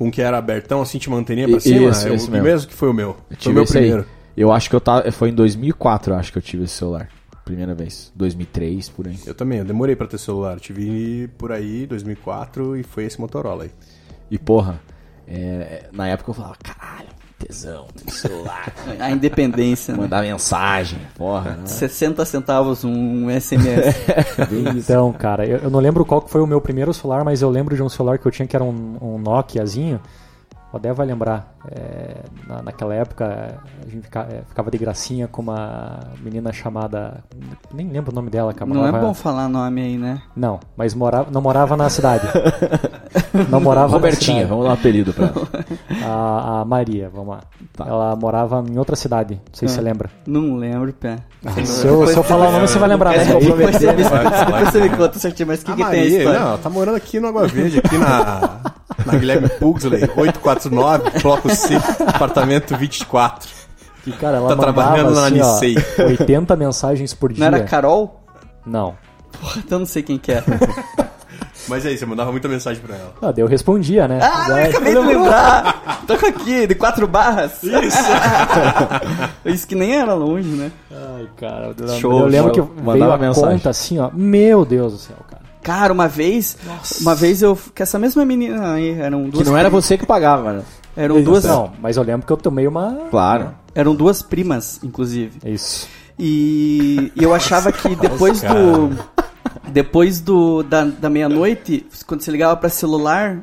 Um que era abertão, assim, te mantinha pra
I-
cima.
isso,
é o
esse
o
mesmo.
mesmo que foi o meu.
Eu
Foi
tive
o meu
esse aí.
primeiro.
Eu acho que eu tava. Foi em 2004, eu acho que eu tive esse celular. Primeira vez. 2003, por aí.
Eu também, eu demorei pra ter celular. Eu Tive por aí, 2004, e foi esse Motorola aí. Ah,
E, porra, é, na época eu falava, caralho, tesão, tem celular.
A independência, né?
Mandar mensagem, porra. né?
60 centavos um SMS.
Então, cara, eu, eu não lembro qual que foi o meu primeiro celular, mas eu lembro de um celular que eu tinha que era um, um Nokiazinho. O Adé vai lembrar. é, na, naquela época, a gente fica- é, ficava de gracinha com uma menina chamada. Nem lembro o nome dela, cara. mas
Não é
morava-
bom falar nome aí, né?
Não, mas morava, não morava na cidade. Não morava
Robertinha,
na cidade.
vamos dar um apelido pra ela.
A, a Maria, vamos lá.
Tá.
Ela morava em outra cidade, não sei se
Ah.
você lembra.
Não lembro, pé.
Ah, Se eu, se eu falar o nome, você vai lembrar. né? mas
Mas
aí-
depois você me,
Vai,
depois você me conta certinho, mas o que,
A
que tem a
Maria,
história?
não, ela tá morando aqui no Água Verde, aqui na, na Guilherme Pugsley, 849, bloco C, apartamento 24.
Que, cara, ela
Tá
mandava,
trabalhando na
assim, ó,
Nicei.
80 mensagens por dia.
Não era Carol?
Não.
Puta, eu não sei quem que é.
Mas é isso, eu mandava muita mensagem pra ela.
Ah, daí eu respondia, né?
Ah, eu
Daí-
acabei de lembrar! Toca aqui, de quatro barras. Isso! Isso que nem era longe, né?
Ai, cara, eu lembro-
Show,
eu lembro
show.
que veio
Mandava
a
mensagem.
conta assim, ó. Meu Deus do céu, cara.
Cara, uma vez, uma vez eu, que essa mesma menina aí, eram
Que
duas,
não era você que pagava, né?
eram duas,
Não, mas eu lembro que eu tomei uma.
Claro.
eram duas primas, inclusive.
É Isso.
E eu achava que depois do. Depois do, da, da meia-noite, quando você ligava pra celular,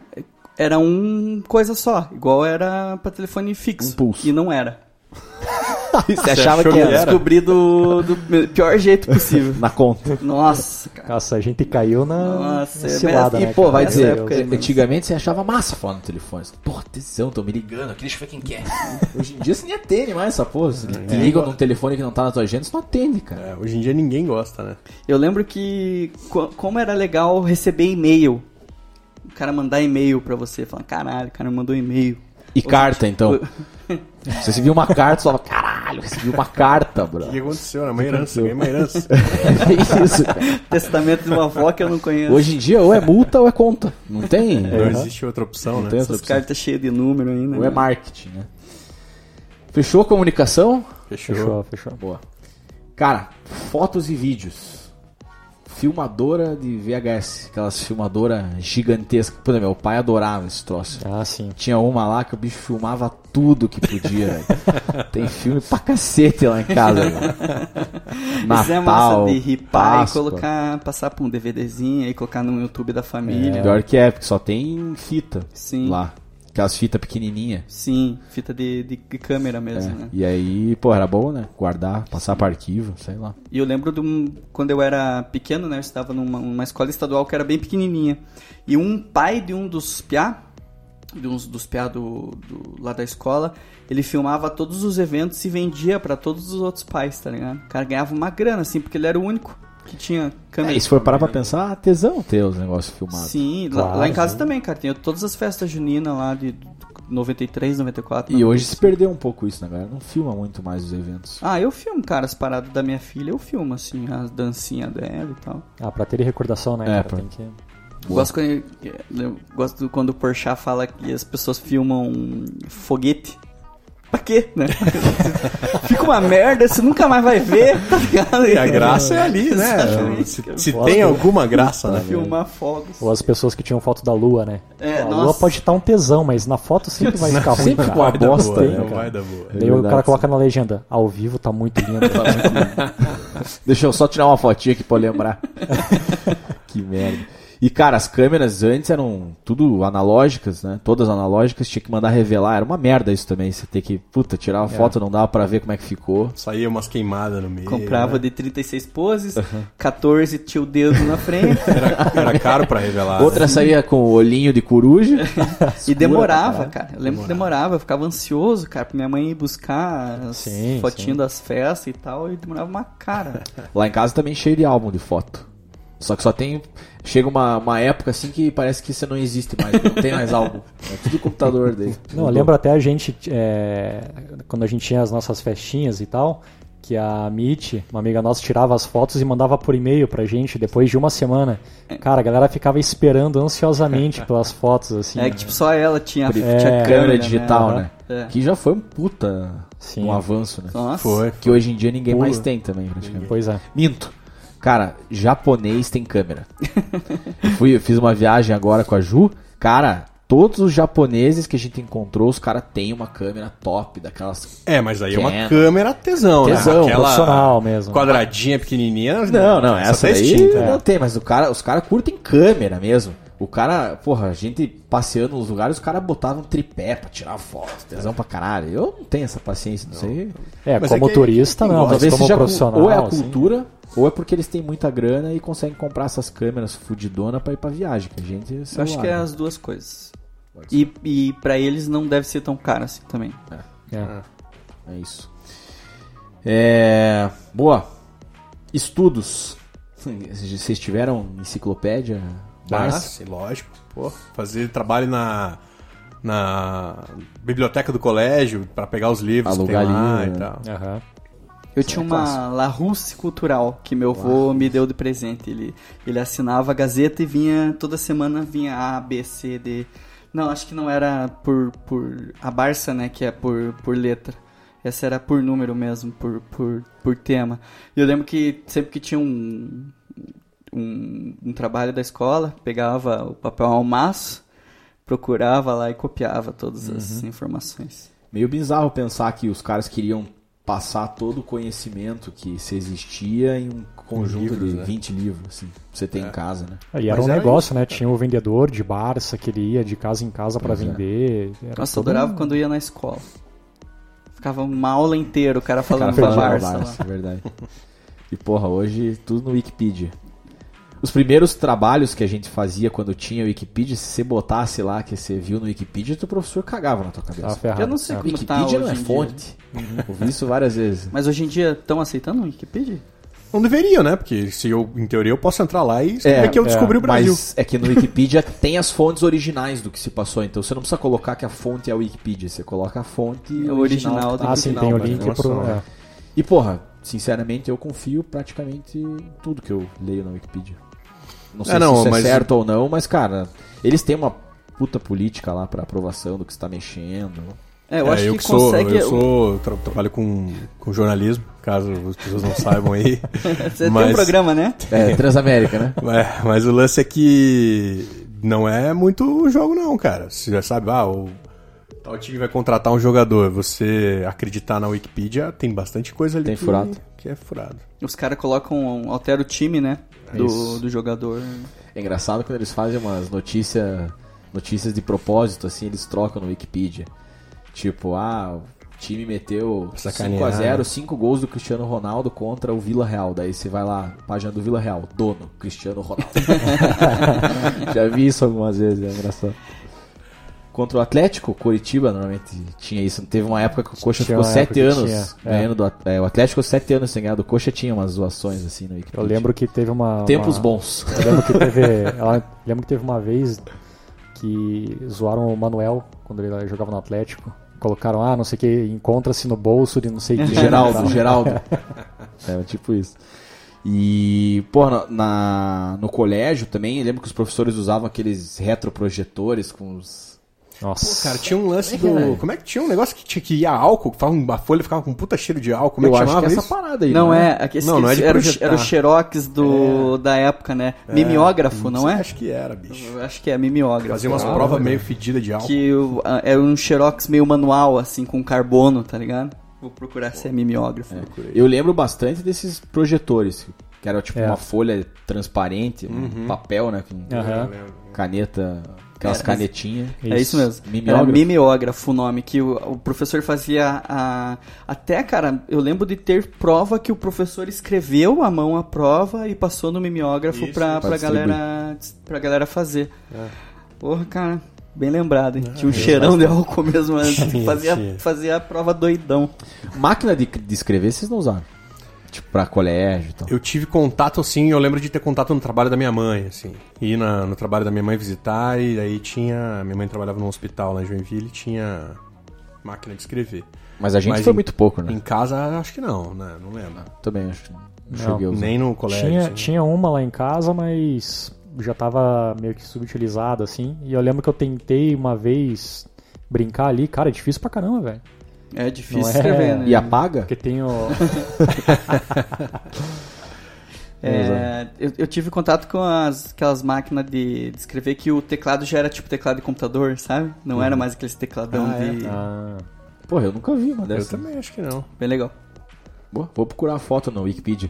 era um coisa só. Igual era pra telefone fixo.
Um pulso.
E não era.
Você achava que
Eu
era
descobri do, do pior jeito possível.
na conta.
Nossa, cara.
Nossa, a gente caiu na
Nossa,
na
é,
cilada,
mas-
né,
E, pô,
cara?
vai
Essa
dizer,
época aí, mano.
antigamente você achava massa falar no telefone. Você, Porra, atenção, tô me ligando aqui, deixa eu ver quem quer. Hoje em dia você nem atende mais essa porra. Você te liga num telefone que não tá na tua agenda, você não atende, cara.
É, hoje em dia ninguém gosta, né?
Eu lembro que co- como era legal receber e-mail. O cara mandar e-mail pra você, falar, caralho, o cara me mandou e-mail.
E carta, então. Você recebia uma carta, você falava, caralho, recebi uma carta, bro.
O que aconteceu? Era uma herança, ganhei uma herança.
É isso, cara.
Testamento de uma avó que eu não conheço.
Hoje em dia ou é multa ou é conta. Não tem.
Não
Não
existe outra opção, né?
tem outra
Essas
opção.
cartas cheias de número ainda.
Ou é
né?
marketing, né? Fechou a comunicação?
Fechou.
Fechou, fechou.
Boa. Cara, fotos e vídeos. Filmadora de VHS, aquelas filmadoras gigantescas. Por exemplo, meu pai adorava esse troço.
Ah, sim.
Tinha uma lá que o bicho filmava tudo que podia, velho. Tem filme pra cacete lá em casa, velho.
Isso é massa
Natal,
de ripar e
Páscoa.
colocar, passar pra um DVDzinho e colocar no YouTube da família.
Pior que é, porque só tem fita
Sim.
lá. Aquelas fitas pequenininha.
Sim, fita de, de- de câmera mesmo, né?
E aí, pô, era bom, né? Guardar, passar pra arquivo, sei lá.
E eu lembro de um, quando eu era pequeno, né? Eu estava numa, numa escola estadual que era bem pequenininha. E um pai de um dos piá, de uns dos piá do, do- lá da escola, ele filmava todos os eventos e vendia pra todos os outros pais, tá ligado? O cara ganhava uma grana, assim, porque ele era o único que tinha câmera.
É, e se for parar pra pensar, tesão ter os negócios filmados.
Sim, lá- lá, em casa também, cara. Tinha todas as festas juninas lá de 93, 94.
E
né?
hoje se perdeu um pouco isso, né, galera? Não filma muito mais os eventos.
Ah, eu filmo, cara, as paradas da minha filha, eu filmo, assim, as dancinhas dela e tal.
Ah, pra ter recordação, né?
É,
cara,
pra-
tem que...
Gosto quando, eu gosto quando o Porchat fala que as pessoas filmam foguete. Pra quê, né? Fica uma merda, você nunca mais vai ver, tá ligado?
E a graça é ali, né?
Exatamente,
Se,
cara.
se tem alguma graça, né?
Filmar fogos.
Ou as pessoas que tinham foto da lua, né?
É,
a lua
nossa.
pode estar um tesão, mas na foto sempre vai ficar ruim,
Sempre
cara.
uma
Vai dar
bosta,
boa,
hein,
né?
cara?
Vai dar
Daí o
boa.
é verdade,
cara
sim.
coloca na legenda, ao vivo tá muito lindo.
Deixa eu só tirar uma fotinha aqui pra eu lembrar. que merda. E, cara, as câmeras antes eram tudo analógicas, né? Todas analógicas, tinha que mandar revelar. Era uma merda isso também. Você ter que, puta, tirar uma foto, não dava pra ver como é que ficou.
Saía umas queimadas no meio.
Comprava
né?
de 36 poses, 14 tinha o dedo na frente.
Era caro pra
Ah,
revelar. né?
Outra saía com o olhinho de coruja.
E
Escura
demorava,
pra caralho.
cara. Eu lembro que demorava, eu ficava ansioso, cara, pra minha mãe ir buscar as
Sim,
fotinhas
sim.
das festas e tal, e demorava uma cara.
Lá em casa também cheio de álbum de foto. Só que só tem. Chega uma, uma época assim que parece que você não existe mais, não tem mais álbum. É tudo computador daí.
Não, eu lembro até a gente, é, quando a gente tinha as nossas festinhas e tal, que a Mitch, uma amiga nossa, tirava as fotos e mandava por e-mail pra gente depois de uma semana. Cara, a galera ficava esperando ansiosamente pelas fotos, assim.
É que tipo, só ela tinha, tinha
É,
Câmera digital, né?
É.
Que já foi um puta
Sim.
um avanço, né?
Nossa.
Foi.
Que hoje em dia ninguém mais tem também, praticamente.
Pois é.
Minto. Cara, japonês tem câmera. eu fui, eu fiz uma viagem agora com a Ju. Cara, todos os japoneses que a gente encontrou, os caras têm uma câmera top, daquelas.
É, mas aí é uma
Quero.
câmera tesão, né?
Tesão,
profissional mesmo.
Quadradinha, pequenininha.
Não, não, essa,
tá
daí
extinta, né?
não tem, mas o cara, os caras curtem câmera mesmo. O cara, porra, a gente passeando nos lugares, os caras botavam tripé pra tirar foto, tesão pra caralho. Eu não tenho essa paciência, não, sei.
É,
Mas
como
é que-
turista, não, mas
Talvez
como
seja cu-
profissional.
ou é a
assim.
cultura, ou é porque eles têm muita grana e conseguem comprar essas câmeras fudidona pra ir pra viagem, que a gente...
Eu acho
celular,
que é
né?
as duas coisas. E, e pra eles não deve ser tão caro assim também.
É.
É isso. É... Boa. Estudos. Vocês tiveram enciclopédia? Márcio?
Mas, lógico. Pô, fazer trabalho na, na biblioteca do colégio pra pegar os livros que tem
Alugar
lá
livro, né?
e tal.
assim. Aham.
Eu tinha uma La Russe Cultural que meu avô me deu de presente. Ele, ele assinava a Gazeta e vinha toda semana vinha A, B, C, D. Não, acho que não era por, por a Barça, né, que é por, por letra. Essa era por número mesmo, por, por, por tema. E eu lembro que sempre que tinha um, um, um trabalho da escola, pegava o papel almaço, procurava lá e copiava todas as informações.
Meio bizarro pensar que os caras queriam passar todo o conhecimento que se existia em um conjunto
livros,
de
né?
20 livros, assim, pra você
É.
ter em casa, né?
E era
Mas
um
era
negócio,
isso,
né?
cara.
Tinha o vendedor de Barça que ele ia de casa em casa pra vender. Era
Nossa, eu
todo
adorava
um-
quando eu ia na escola. Ficava uma aula inteira o cara falando da
falando
Barça.
da
lá.
Barça, é verdade. E porra, hoje tudo no Wikipedia. Os primeiros trabalhos que a gente fazia quando tinha Wikipedia, se você botasse lá que você viu no Wikipedia, teu professor cagava na tua
Tava
cabeça.
ferrado.
Eu não sei
É.
como tá hoje
Wikipedia não é
em dia. Uhum.
fonte. Ouvi isso várias vezes.
Mas hoje em dia estão aceitando o Wikipedia?
Não deveriam, né? Porque se eu, em teoria, eu posso entrar lá e
É
escrever que eu descobri o Brasil.
É, Mas é que no Wikipedia tem as fontes originais do que se passou, então você não precisa colocar que a fonte é a Wikipedia, você coloca a fonte
É o original
original. que tá
Ah,
no
sim,
final,
tem o
mas
link
não é
pro.
só-
né?
é.
E porra, sinceramente eu confio praticamente em tudo que eu leio na Wikipedia. Não sei
É, não,
se isso
mas-
é certo ou não, mas cara, eles têm uma puta política lá pra aprovação do que está mexendo.
É, eu
É,
acho
eu
que,
que sou,
consegue.
eu sou, tra- trabalho com, com jornalismo, caso as pessoas não saibam aí.
Você tem
mas-
um programa, né?
É, Transamérica, né?
É, mas o lance é que não é muito jogo não, cara. Você já sabe, ah, o tal time vai contratar um jogador, você acreditar na Wikipedia, tem bastante coisa ali
Tem
que,
furado.
que é furado.
Os caras colocam, altera o time, né? Do,
É
Isso.
do jogador.
É engraçado quando eles fazem umas notícias notícias de propósito, assim, eles trocam no Wikipedia. Tipo, ah, o time meteu
Sacanearam.
5x0, 5 gols do Cristiano Ronaldo contra o Vila Real. Daí você vai lá, página do Vila Real, dono, Cristiano Ronaldo. Já vi isso algumas vezes, é engraçado. Contra o Atlético, Curitiba normalmente tinha isso. Teve uma época que o Coxa
Tinha
ficou
uma
7
época que
anos
tinha, é.
ganhando do At- é, O Atlético 7 anos sem ganhar do Coxa tinha umas zoações assim no Wikipedia.
é, Eu lembro que teve uma.
Tempos
uma-
bons.
Eu lembro que teve. ela- lembro que teve uma vez que zoaram o Manuel quando ele jogava no Atlético. Colocaram, ah, não sei o que, encontra-se no bolso de não sei que.
Geraldo, Geraldo. tá. É, tipo isso. E, pô, na, na- no colégio também, eu lembro que os professores usavam aqueles retroprojetores com os.
Nossa.
Cara, tinha um lance
Como é que
do...
era?
Como é que tinha um negócio que, tinha, que ia álcool, que ficava uma folha ficava com um puta cheiro de álcool, como é
eu
que
acho
chamava
que é essa
isso?
parada aí.
Não
né?
é, aquele
Não, não é de
era, o,
projetar. É.
era o Xerox do, da época, né? Mimeógrafo, não é?
Acho que era, bicho.
Eu acho que é mimeógrafo.
Fazia umas provas meio fedidas de álcool.
Que o- a- era um Xerox meio manual, assim, com carbono, tá ligado? Vou procurar se é mimeógrafo.
Eu lembro bastante desses projetores, que era tipo
É.
uma folha transparente,
Uhum.
um papel, né? Com
um
Aham.
caneta, aquelas
É, mas-
canetinhas.
É isso mesmo.
Mimeógrafo.
Era mimeógrafo o nome, que o, o professor fazia a. Até, cara, eu lembro de ter prova que o professor escreveu à mão a prova e passou no mimeógrafo pra,
pra
pra,
distribuir.
galera, pra galera fazer. Porra, cara, bem lembrado, hein? Tinha um cheirão de álcool mesmo antes. fazia,
tinha.
fazia a prova doidão.
Máquina de, de escrever vocês não usaram. Tipo, pra colégio e tal.
Eu tive contato, assim, eu lembro de ter contato no trabalho da minha mãe, assim. Ir na- no trabalho da minha mãe visitar e aí tinha... Minha mãe trabalhava num hospital lá em Joinville e tinha máquina de escrever.
Mas a gente
Mas
foi
em-
muito pouco,
Em
né?
casa, acho que não, né? Não lembro.
Também acho que não,
Não,
cheguei a usar.
Nem no colégio.
Tinha,
assim.
tinha uma lá em casa, mas já tava meio que subutilizada, assim. E eu lembro que eu tentei uma vez brincar ali. Cara, é difícil pra caramba, velho.
É difícil
Não é-
escrever, né?
E apaga?
Porque tem o...
É, eu, eu tive contato com as, aquelas máquinas de, de escrever que o teclado já era tipo teclado de computador, sabe? Não era mais aqueles tecladão
Ah, é?
de.
Ah,
Porra, eu nunca vi uma
Eu
dessa.
também acho que não.
Bem legal.
Boa, vou procurar a foto no Wikipedia.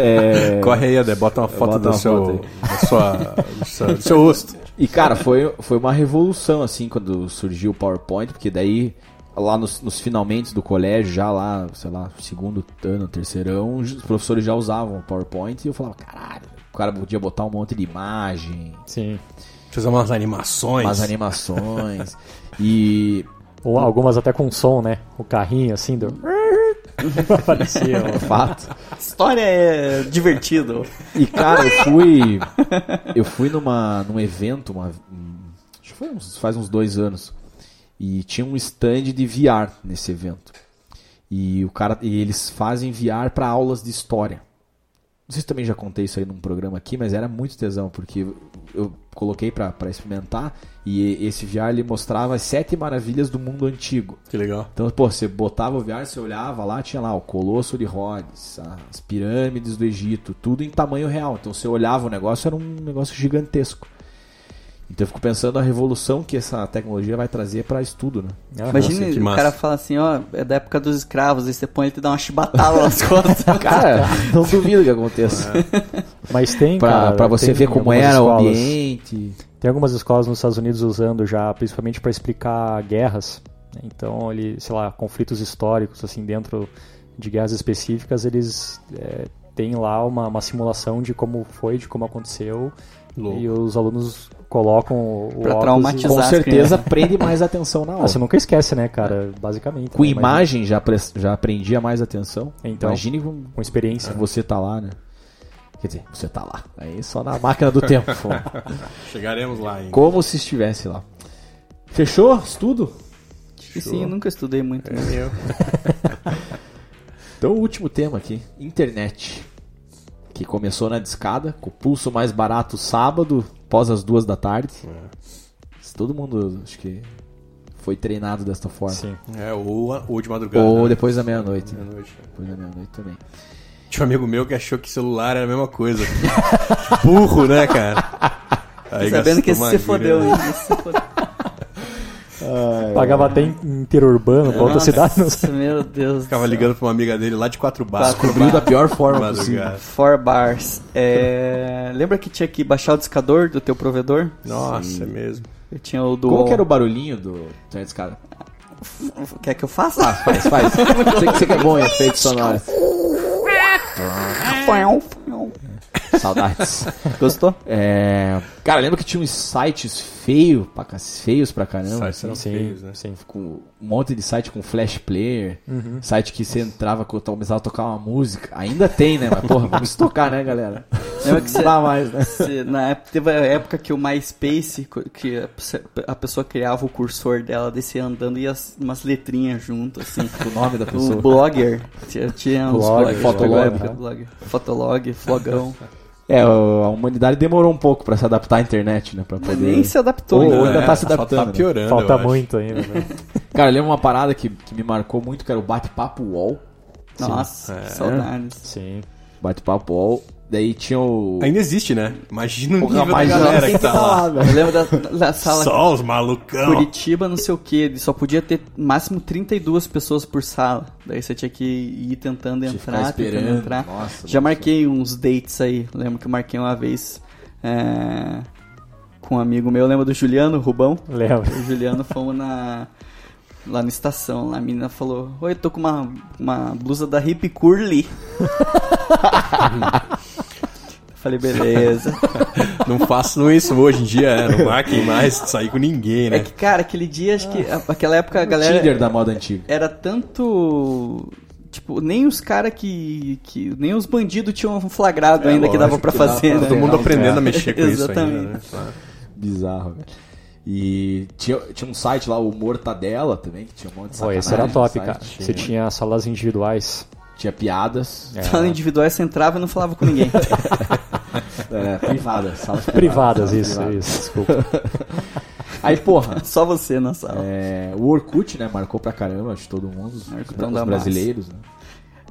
É,
Corre aí, Adé, bota uma foto
bota
do
uma
seu...
foto
da sua- do seu- do seu rosto.
E cara, foi, foi uma revolução assim quando surgiu o PowerPoint, porque daí lá nos, nos finalmente do colégio, já lá, sei lá, segundo ano, terceirão, os professores já usavam o PowerPoint e eu falava, caralho, o cara podia botar um monte de imagem,
sim.
Fazer umas animações.
umas animações. e
Ou algumas até com som, né? O carrinho, assim, do... Aparecia. ó.
fato,
História é divertido.
E cara, eu fui. Eu fui numa, num evento, uma, um, acho que foi uns, faz uns dois anos. E tinha um stand de VR nesse evento. E o cara e eles fazem VR para aulas de história. Não sei se também já contei isso aí num programa aqui, mas era muito tesão, porque eu coloquei para experimentar e esse VR ele mostrava as sete maravilhas do mundo antigo.
Que legal.
Então, pô, você botava o VR, você olhava lá, tinha lá o Colosso de Rhodes, as pirâmides do Egito, tudo em tamanho real. Então, você olhava o negócio, era um negócio gigantesco. Então, eu fico pensando a revolução que essa tecnologia vai trazer para estudo, né?
Imagina
Nossa, que
o
massa.
cara fala assim, ó, é da época dos escravos, aí você põe ele e te dá uma chibatada nas costas.
Cara, não duvido que aconteça.
Mas tem,
Pra
É. cara,
pra você
tem
ver como
algumas
era
escolas-
o ambiente.
Tem algumas escolas nos Estados Unidos usando já, principalmente para explicar guerras. Então, ele, sei lá, conflitos históricos, assim, dentro de guerras específicas, eles é, têm lá uma, uma simulação de como foi, de como aconteceu. E os alunos colocam o
Pra
óculos e-
traumatizar.
Com
Exato,
certeza prende mais atenção na
né? Ah,
aula.
você nunca esquece, né, cara? Basicamente.
É. Com
né? Mas
imagem já, pres- já prendia mais atenção.
Então. É.
Imagine com
Com experiência.
se você tá lá, né? Quer dizer, você tá lá. Aí só na máquina do tempo.
Chegaremos lá ainda.
Como se estivesse lá. Fechou? Estudo?
E sim, eu nunca estudei muito. né?
Então, o último tema aqui: internet. Que começou na discada, com o pulso mais barato sábado, após as duas da tarde. Se Todo mundo, acho que foi treinado desta forma.
Sim.
É, ou, a- ou de madrugada.
Ou
né?
depois da meia-noite. né?
Meia-noite.
Depois da meia-noite também.
Tinha um amigo meu que achou que celular era a mesma coisa. Burro, né, cara? Aí
Sabendo que esse
gastou
se
uma
fodeu,
grana.
hein? Esse se fodeu.
É.
Pagava até em interurbano pra outra cidade. Não sei.
Nossa, meu Deus. do
Ficava
céu.
ligando pra uma amiga dele lá de quatro barras.
Quatro
Cobriu da pior forma possível.
madrugada.
Four bars. É, Lembra que tinha que baixar o discador do teu provedor?
Nossa, é mesmo.
Eu tinha o do.
Como que era o barulhinho do internet discada?
Quer que eu faça?
Faz, faz. sei, que- sei que é bom em efeitos sonoros. Saudades.
Gostou?
É, Cara, lembra que tinha uns sites feios pra, ca- feios pra caramba?
Sites eram
Sim,
feios, né?
sim.
Com um monte de site com flash player.
Uhum.
Site que você entrava, co- começava a tocar uma música. Ainda tem, né? Mas porra, vamos tocar, né, galera?
Lembra que você.
Não dá mais, né?
você- Na época, teve a época que o MySpace, co- que a pe- a pessoa criava o cursor dela, descia andando e as, umas letrinhas junto, assim.
O nome da
O
pessoa.
blogger. Tinha, tinha uns
Blogger,
blogs.
Fotolog,
pegou a época
né?
do blog. Fotolog, flogão.
É, o- a humanidade demorou um pouco pra se adaptar à internet, né? Pra poder...
Nem se adaptou.
Ou
né?
ainda tá se
Só
adaptando.
tá
né?
piorando. eu
Falta
acho.
muito ainda, né?
Cara, eu lembro uma parada que, que me marcou muito, que era o bate-papo wall. é.
Nossa, que saudades.
Sim.
Bate-papo wall. Daí tinha o.
Ainda existe, né? Imagina o nível da
mas não,
galera
tem
que tá lá.
Eu lembro da, da sala
Só os malucão.
Curitiba, não sei o que, só podia ter máximo 32 pessoas por sala. Daí você tinha que ir tentando
Tinha que ficar
entrar, tentando
esperando.
entrar.
Nossa, nossa.
Já marquei uns dates aí. Lembro que eu marquei uma vez é, com um amigo meu, lembra do Juliano Rubão?
Lembra?
Eu e o Juliano fomos na. Lá na estação, lá a menina falou: Oi, eu tô com uma, uma blusa da Hip Curly. Eu Falei, beleza.
Não façam isso hoje em dia, né? Não marquem mais de sair com ninguém,
É
né?
que, cara, aquele dia, acho que.
Ah.
a- Aquela época a galera.
Tinder da moda antiga.
era tanto. Tipo, nem os caras que, que. Nem os bandidos tinham flagrado ainda É, que dava
lógico
pra
que
fazer, né?
Todo mundo
Legal,
aprendendo
cara.
a mexer com isso ainda,
Exatamente.
né? Claro.
Bizarro, velho. E tinha, tinha um site lá, o Mortadela também, que tinha um monte de
Pô,
sacanagem.
esse era
no
top,
site.
cara.
Tinha,
Você tinha É. salas individuais.
tinha piadas
né?
Sala
É.
individual, você entrava e não falava com ninguém.
é, privadas, salas
Privadas,
salas
isso,
privadas.
isso. Desculpa.
Aí, porra,
Só você na sala.
é, o Orkut, né, marcou pra caramba, acho que todo mundo, os,
é um
Orkutão
os
da
brasileiros, né?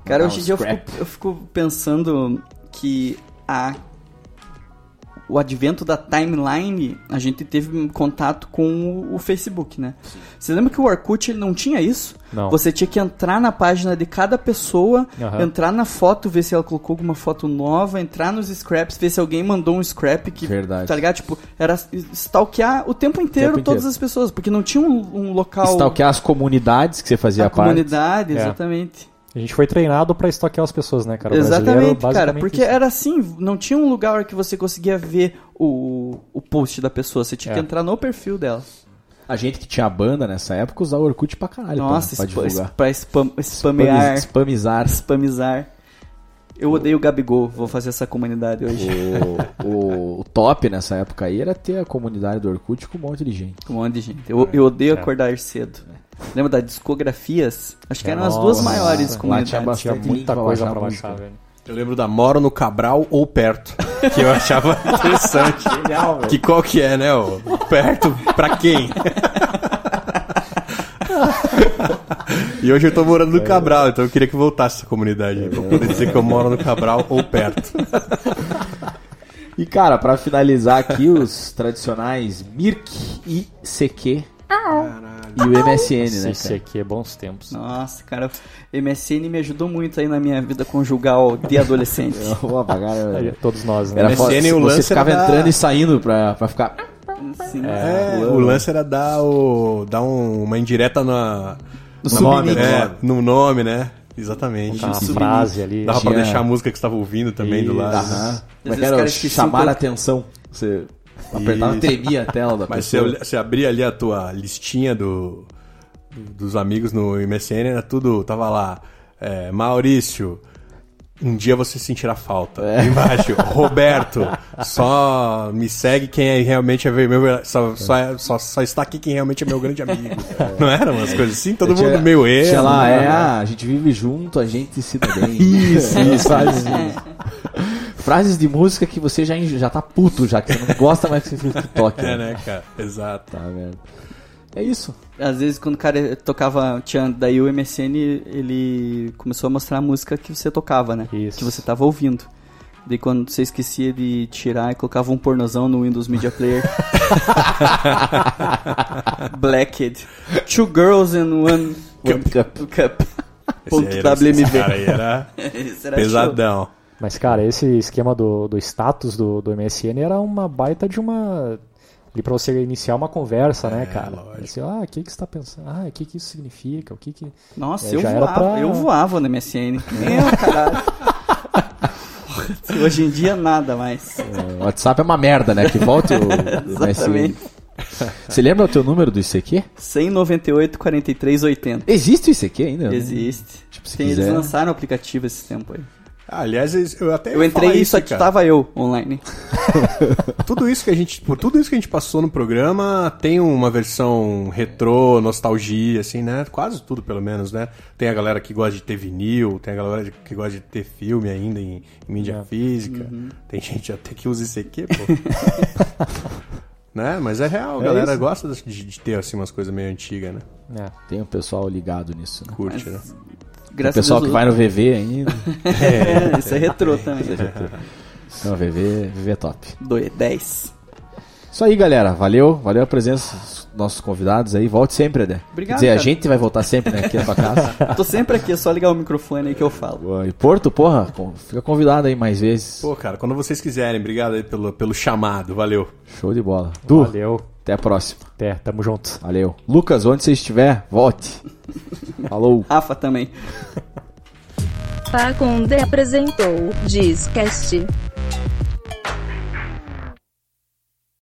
Cara,
Dá
hoje em
uns
dia eu
crap.
fico, eu fico pensando que a, o advento da timeline, a gente teve um contato com o, o Facebook, né? Você lembra que o Orkut ele não tinha isso?
Não.
Você tinha que entrar na página de cada pessoa,
Aham.
entrar na foto, ver se ela colocou alguma foto nova, entrar nos scraps, ver se alguém mandou um scrap que.
Verdade.
Tá ligado? Tipo, era stalkear o tempo inteiro
Tempo
todas
inteiro.
as pessoas, porque não tinha um, um local.
Stalkear as comunidades que você fazia
a
parte.
comunidade,
É.
exatamente.
A gente foi treinado pra estoquear as pessoas, né, cara? O brasileiro,
Exatamente, cara,
basicamente
porque
isso.
era assim, não tinha um lugar que você conseguia ver o, o post da pessoa, você tinha
É.
que entrar no perfil dela.
A gente que tinha banda nessa época usava o Orkut
Ah,
pra caralho
Nossa,
pra, pra
spa-
divulgar.
pra spam, spamear,
Spamizar.
spamizar. Eu odeio o Gabigol, vou fazer essa comunidade hoje.
O, o- o top nessa época aí era ter a comunidade do Orkut com um monte de gente.
Com um monte de gente. Eu, eu odeio
É.
acordar cedo. Lembra da discografias? Acho que eram as duas maiores
Lá tinha
comunidades.
bastante
Tinha muita
link
coisa
baixar
pra
música.
baixar, velho.
Eu lembro da Moro no Cabral ou Perto, que eu achava interessante. que qual que é, né? O perto pra quem? e hoje eu tô morando
É.
no Cabral, então eu queria que voltasse essa comunidade aí, pra eu poder dizer que eu moro no Cabral ou perto.
E cara, pra finalizar aqui os tradicionais Mirk e CQ. E o MSN, né, cara?
CCQ, é bons tempos.
Nossa, cara, MSN me ajudou muito aí na minha vida conjugal de adolescente.
É.
Pô, pra caramba,
Aí,
velho.
Todos nós, né?
Era
MSN
foda,
e o
você
lance era
ficava
da-
entrando e saindo pra, pra ficar.
Sim.
É, o lance era dar, o, dar um- uma indireta na,
No
na-
subnick.
é, no nome, né? Exatamente.
Uma
Isso.
frase ali.
Dava pra
Tá. Tinha-
deixar a música que você tava ouvindo também do lado. né?
Aham. Como é
vezes
que era?
os caras esqueciam
chamar
quando-
a atenção. Você apertava,
Isso.
tremia a tela da
Mas você,
pessoa.
olha- você abria ali a tua listinha do, dos amigos no MSN, era tudo. Tava lá. é, Maurício, um dia você sentirá falta. Embaixo, Roberto, só me segue quem é, realmente é meu. Só, só, é- só, só está aqui quem realmente é meu grande amigo. Não eram umas coisas assim? Todo mundo meio ex.
Sei É, lá,
né?
é, ah, a gente vive junto, a gente se dá bem. isso, isso. Frases, frases de música que você já, enjo- já tá puto, já que você não gosta mais que você toque.
É, né, cara? Exato.
Tá, velho. É isso.
Às vezes quando o cara tocava, tinha, daí o MSN, ele começou a mostrar a música que você tocava, né?
Isso.
Que você tava ouvindo. Daí quando você esquecia de tirar e colocava um pornozão no Windows Media Player. Blacked. Two girls and one
One cup.
cup.
Esse
Ponto
aí era- Esse
WMV.
cara aí era
Esse era show.
pesadão.
Mas, cara, esse esquema do, do status do, do MSN era uma baita de uma. Ali pra você iniciar uma conversa, né, cara?
lógico.
Você, ah, o que, que você tá pensando? Ah, o que, que isso significa? O que que.
Nossa,
É,
eu
já era
voava,
pra-
eu voava no MSN. Meu caralho. Hoje em dia nada mais.
O WhatsApp é uma merda, né? Que volte o, o MSN.
Exatamente.
Você lembra o teu número do ICQ?
198, 43, 80.
Existe o ICQ ainda? Eu não-
Existe.
Tipo, se
Tem-
quiser.
Eles lançaram o aplicativo esse tempo aí.
Ah, Aliás, eu até
Eu
ia
entrei
falar
e
isso,
só que
cara.
tava eu online.
tudo isso que a gente, por tudo isso que a gente passou no programa, tem uma versão retrô, nostalgia, assim, né? Quase tudo, pelo menos, né? Tem a galera que gosta de ter vinil, tem a galera que gosta de ter filme ainda em, em mídia física. Tem gente até que usa isso aqui, pô. né? Mas é real, a galera gosta de, de ter, assim, umas coisas meio antigas, né?
É.
Tem um pessoal ligado nisso, né?
Curte, né?
O
Graças
pessoal
a
que
Deus.
vai no VV ainda.
É, isso é retrô também.
Não, VV, VV é top.
Doe- 10.
Isso aí, galera. Valeu. Valeu a presença dos nossos convidados aí. Volte sempre, Adé.
Obrigado,
Quer dizer, a
cara.
gente vai voltar sempre, né? Aqui na tua casa.
Tô sempre aqui, é só ligar o microfone aí que eu falo.
Boa. E Porto, porra, com- fica convidado aí mais vezes.
Pô, cara, quando vocês quiserem, obrigado aí pelo, pelo chamado, valeu.
Show de bola. Du,
Valeu.
até a próxima.
Até, tamo junto.
Valeu. Lucas, onde você estiver, volte. Falou.
Rafa também.
Pacunde Tá apresentou Discast.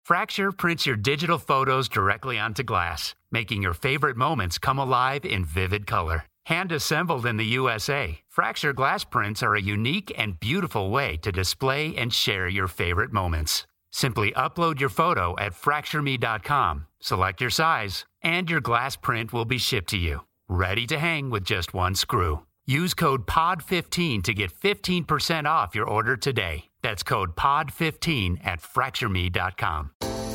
Fracture prints your digital photos directly onto glass, making your favorite moments come alive in vivid color. Hand assembled in the USA, Fracture glass prints are a unique and beautiful way to display and share your favorite moments. Simply upload your photo at fractureme.com, select your size, and your glass print will be shipped to you, ready to hang with just one screw. Use code POD15 to get 15% off your order today. That's code POD15 at fractureme.com.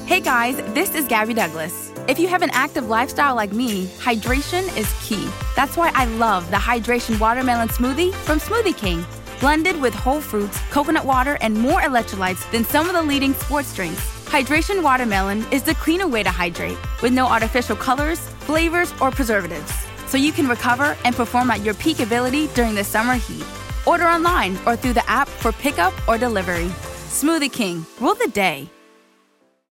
Hey guys, this is Gabby Douglas. If you have an active lifestyle like me, hydration is key. That's why I love the Hydration Watermelon Smoothie from Smoothie King. Blended with whole fruits, coconut water, and more electrolytes than some of the leading sports drinks. Hydration Watermelon is the cleaner way to hydrate with no artificial colors, flavors, or preservatives. So you can recover and perform at your peak ability during the summer heat. Order online or through the app for pickup or delivery. Smoothie King, rule the day.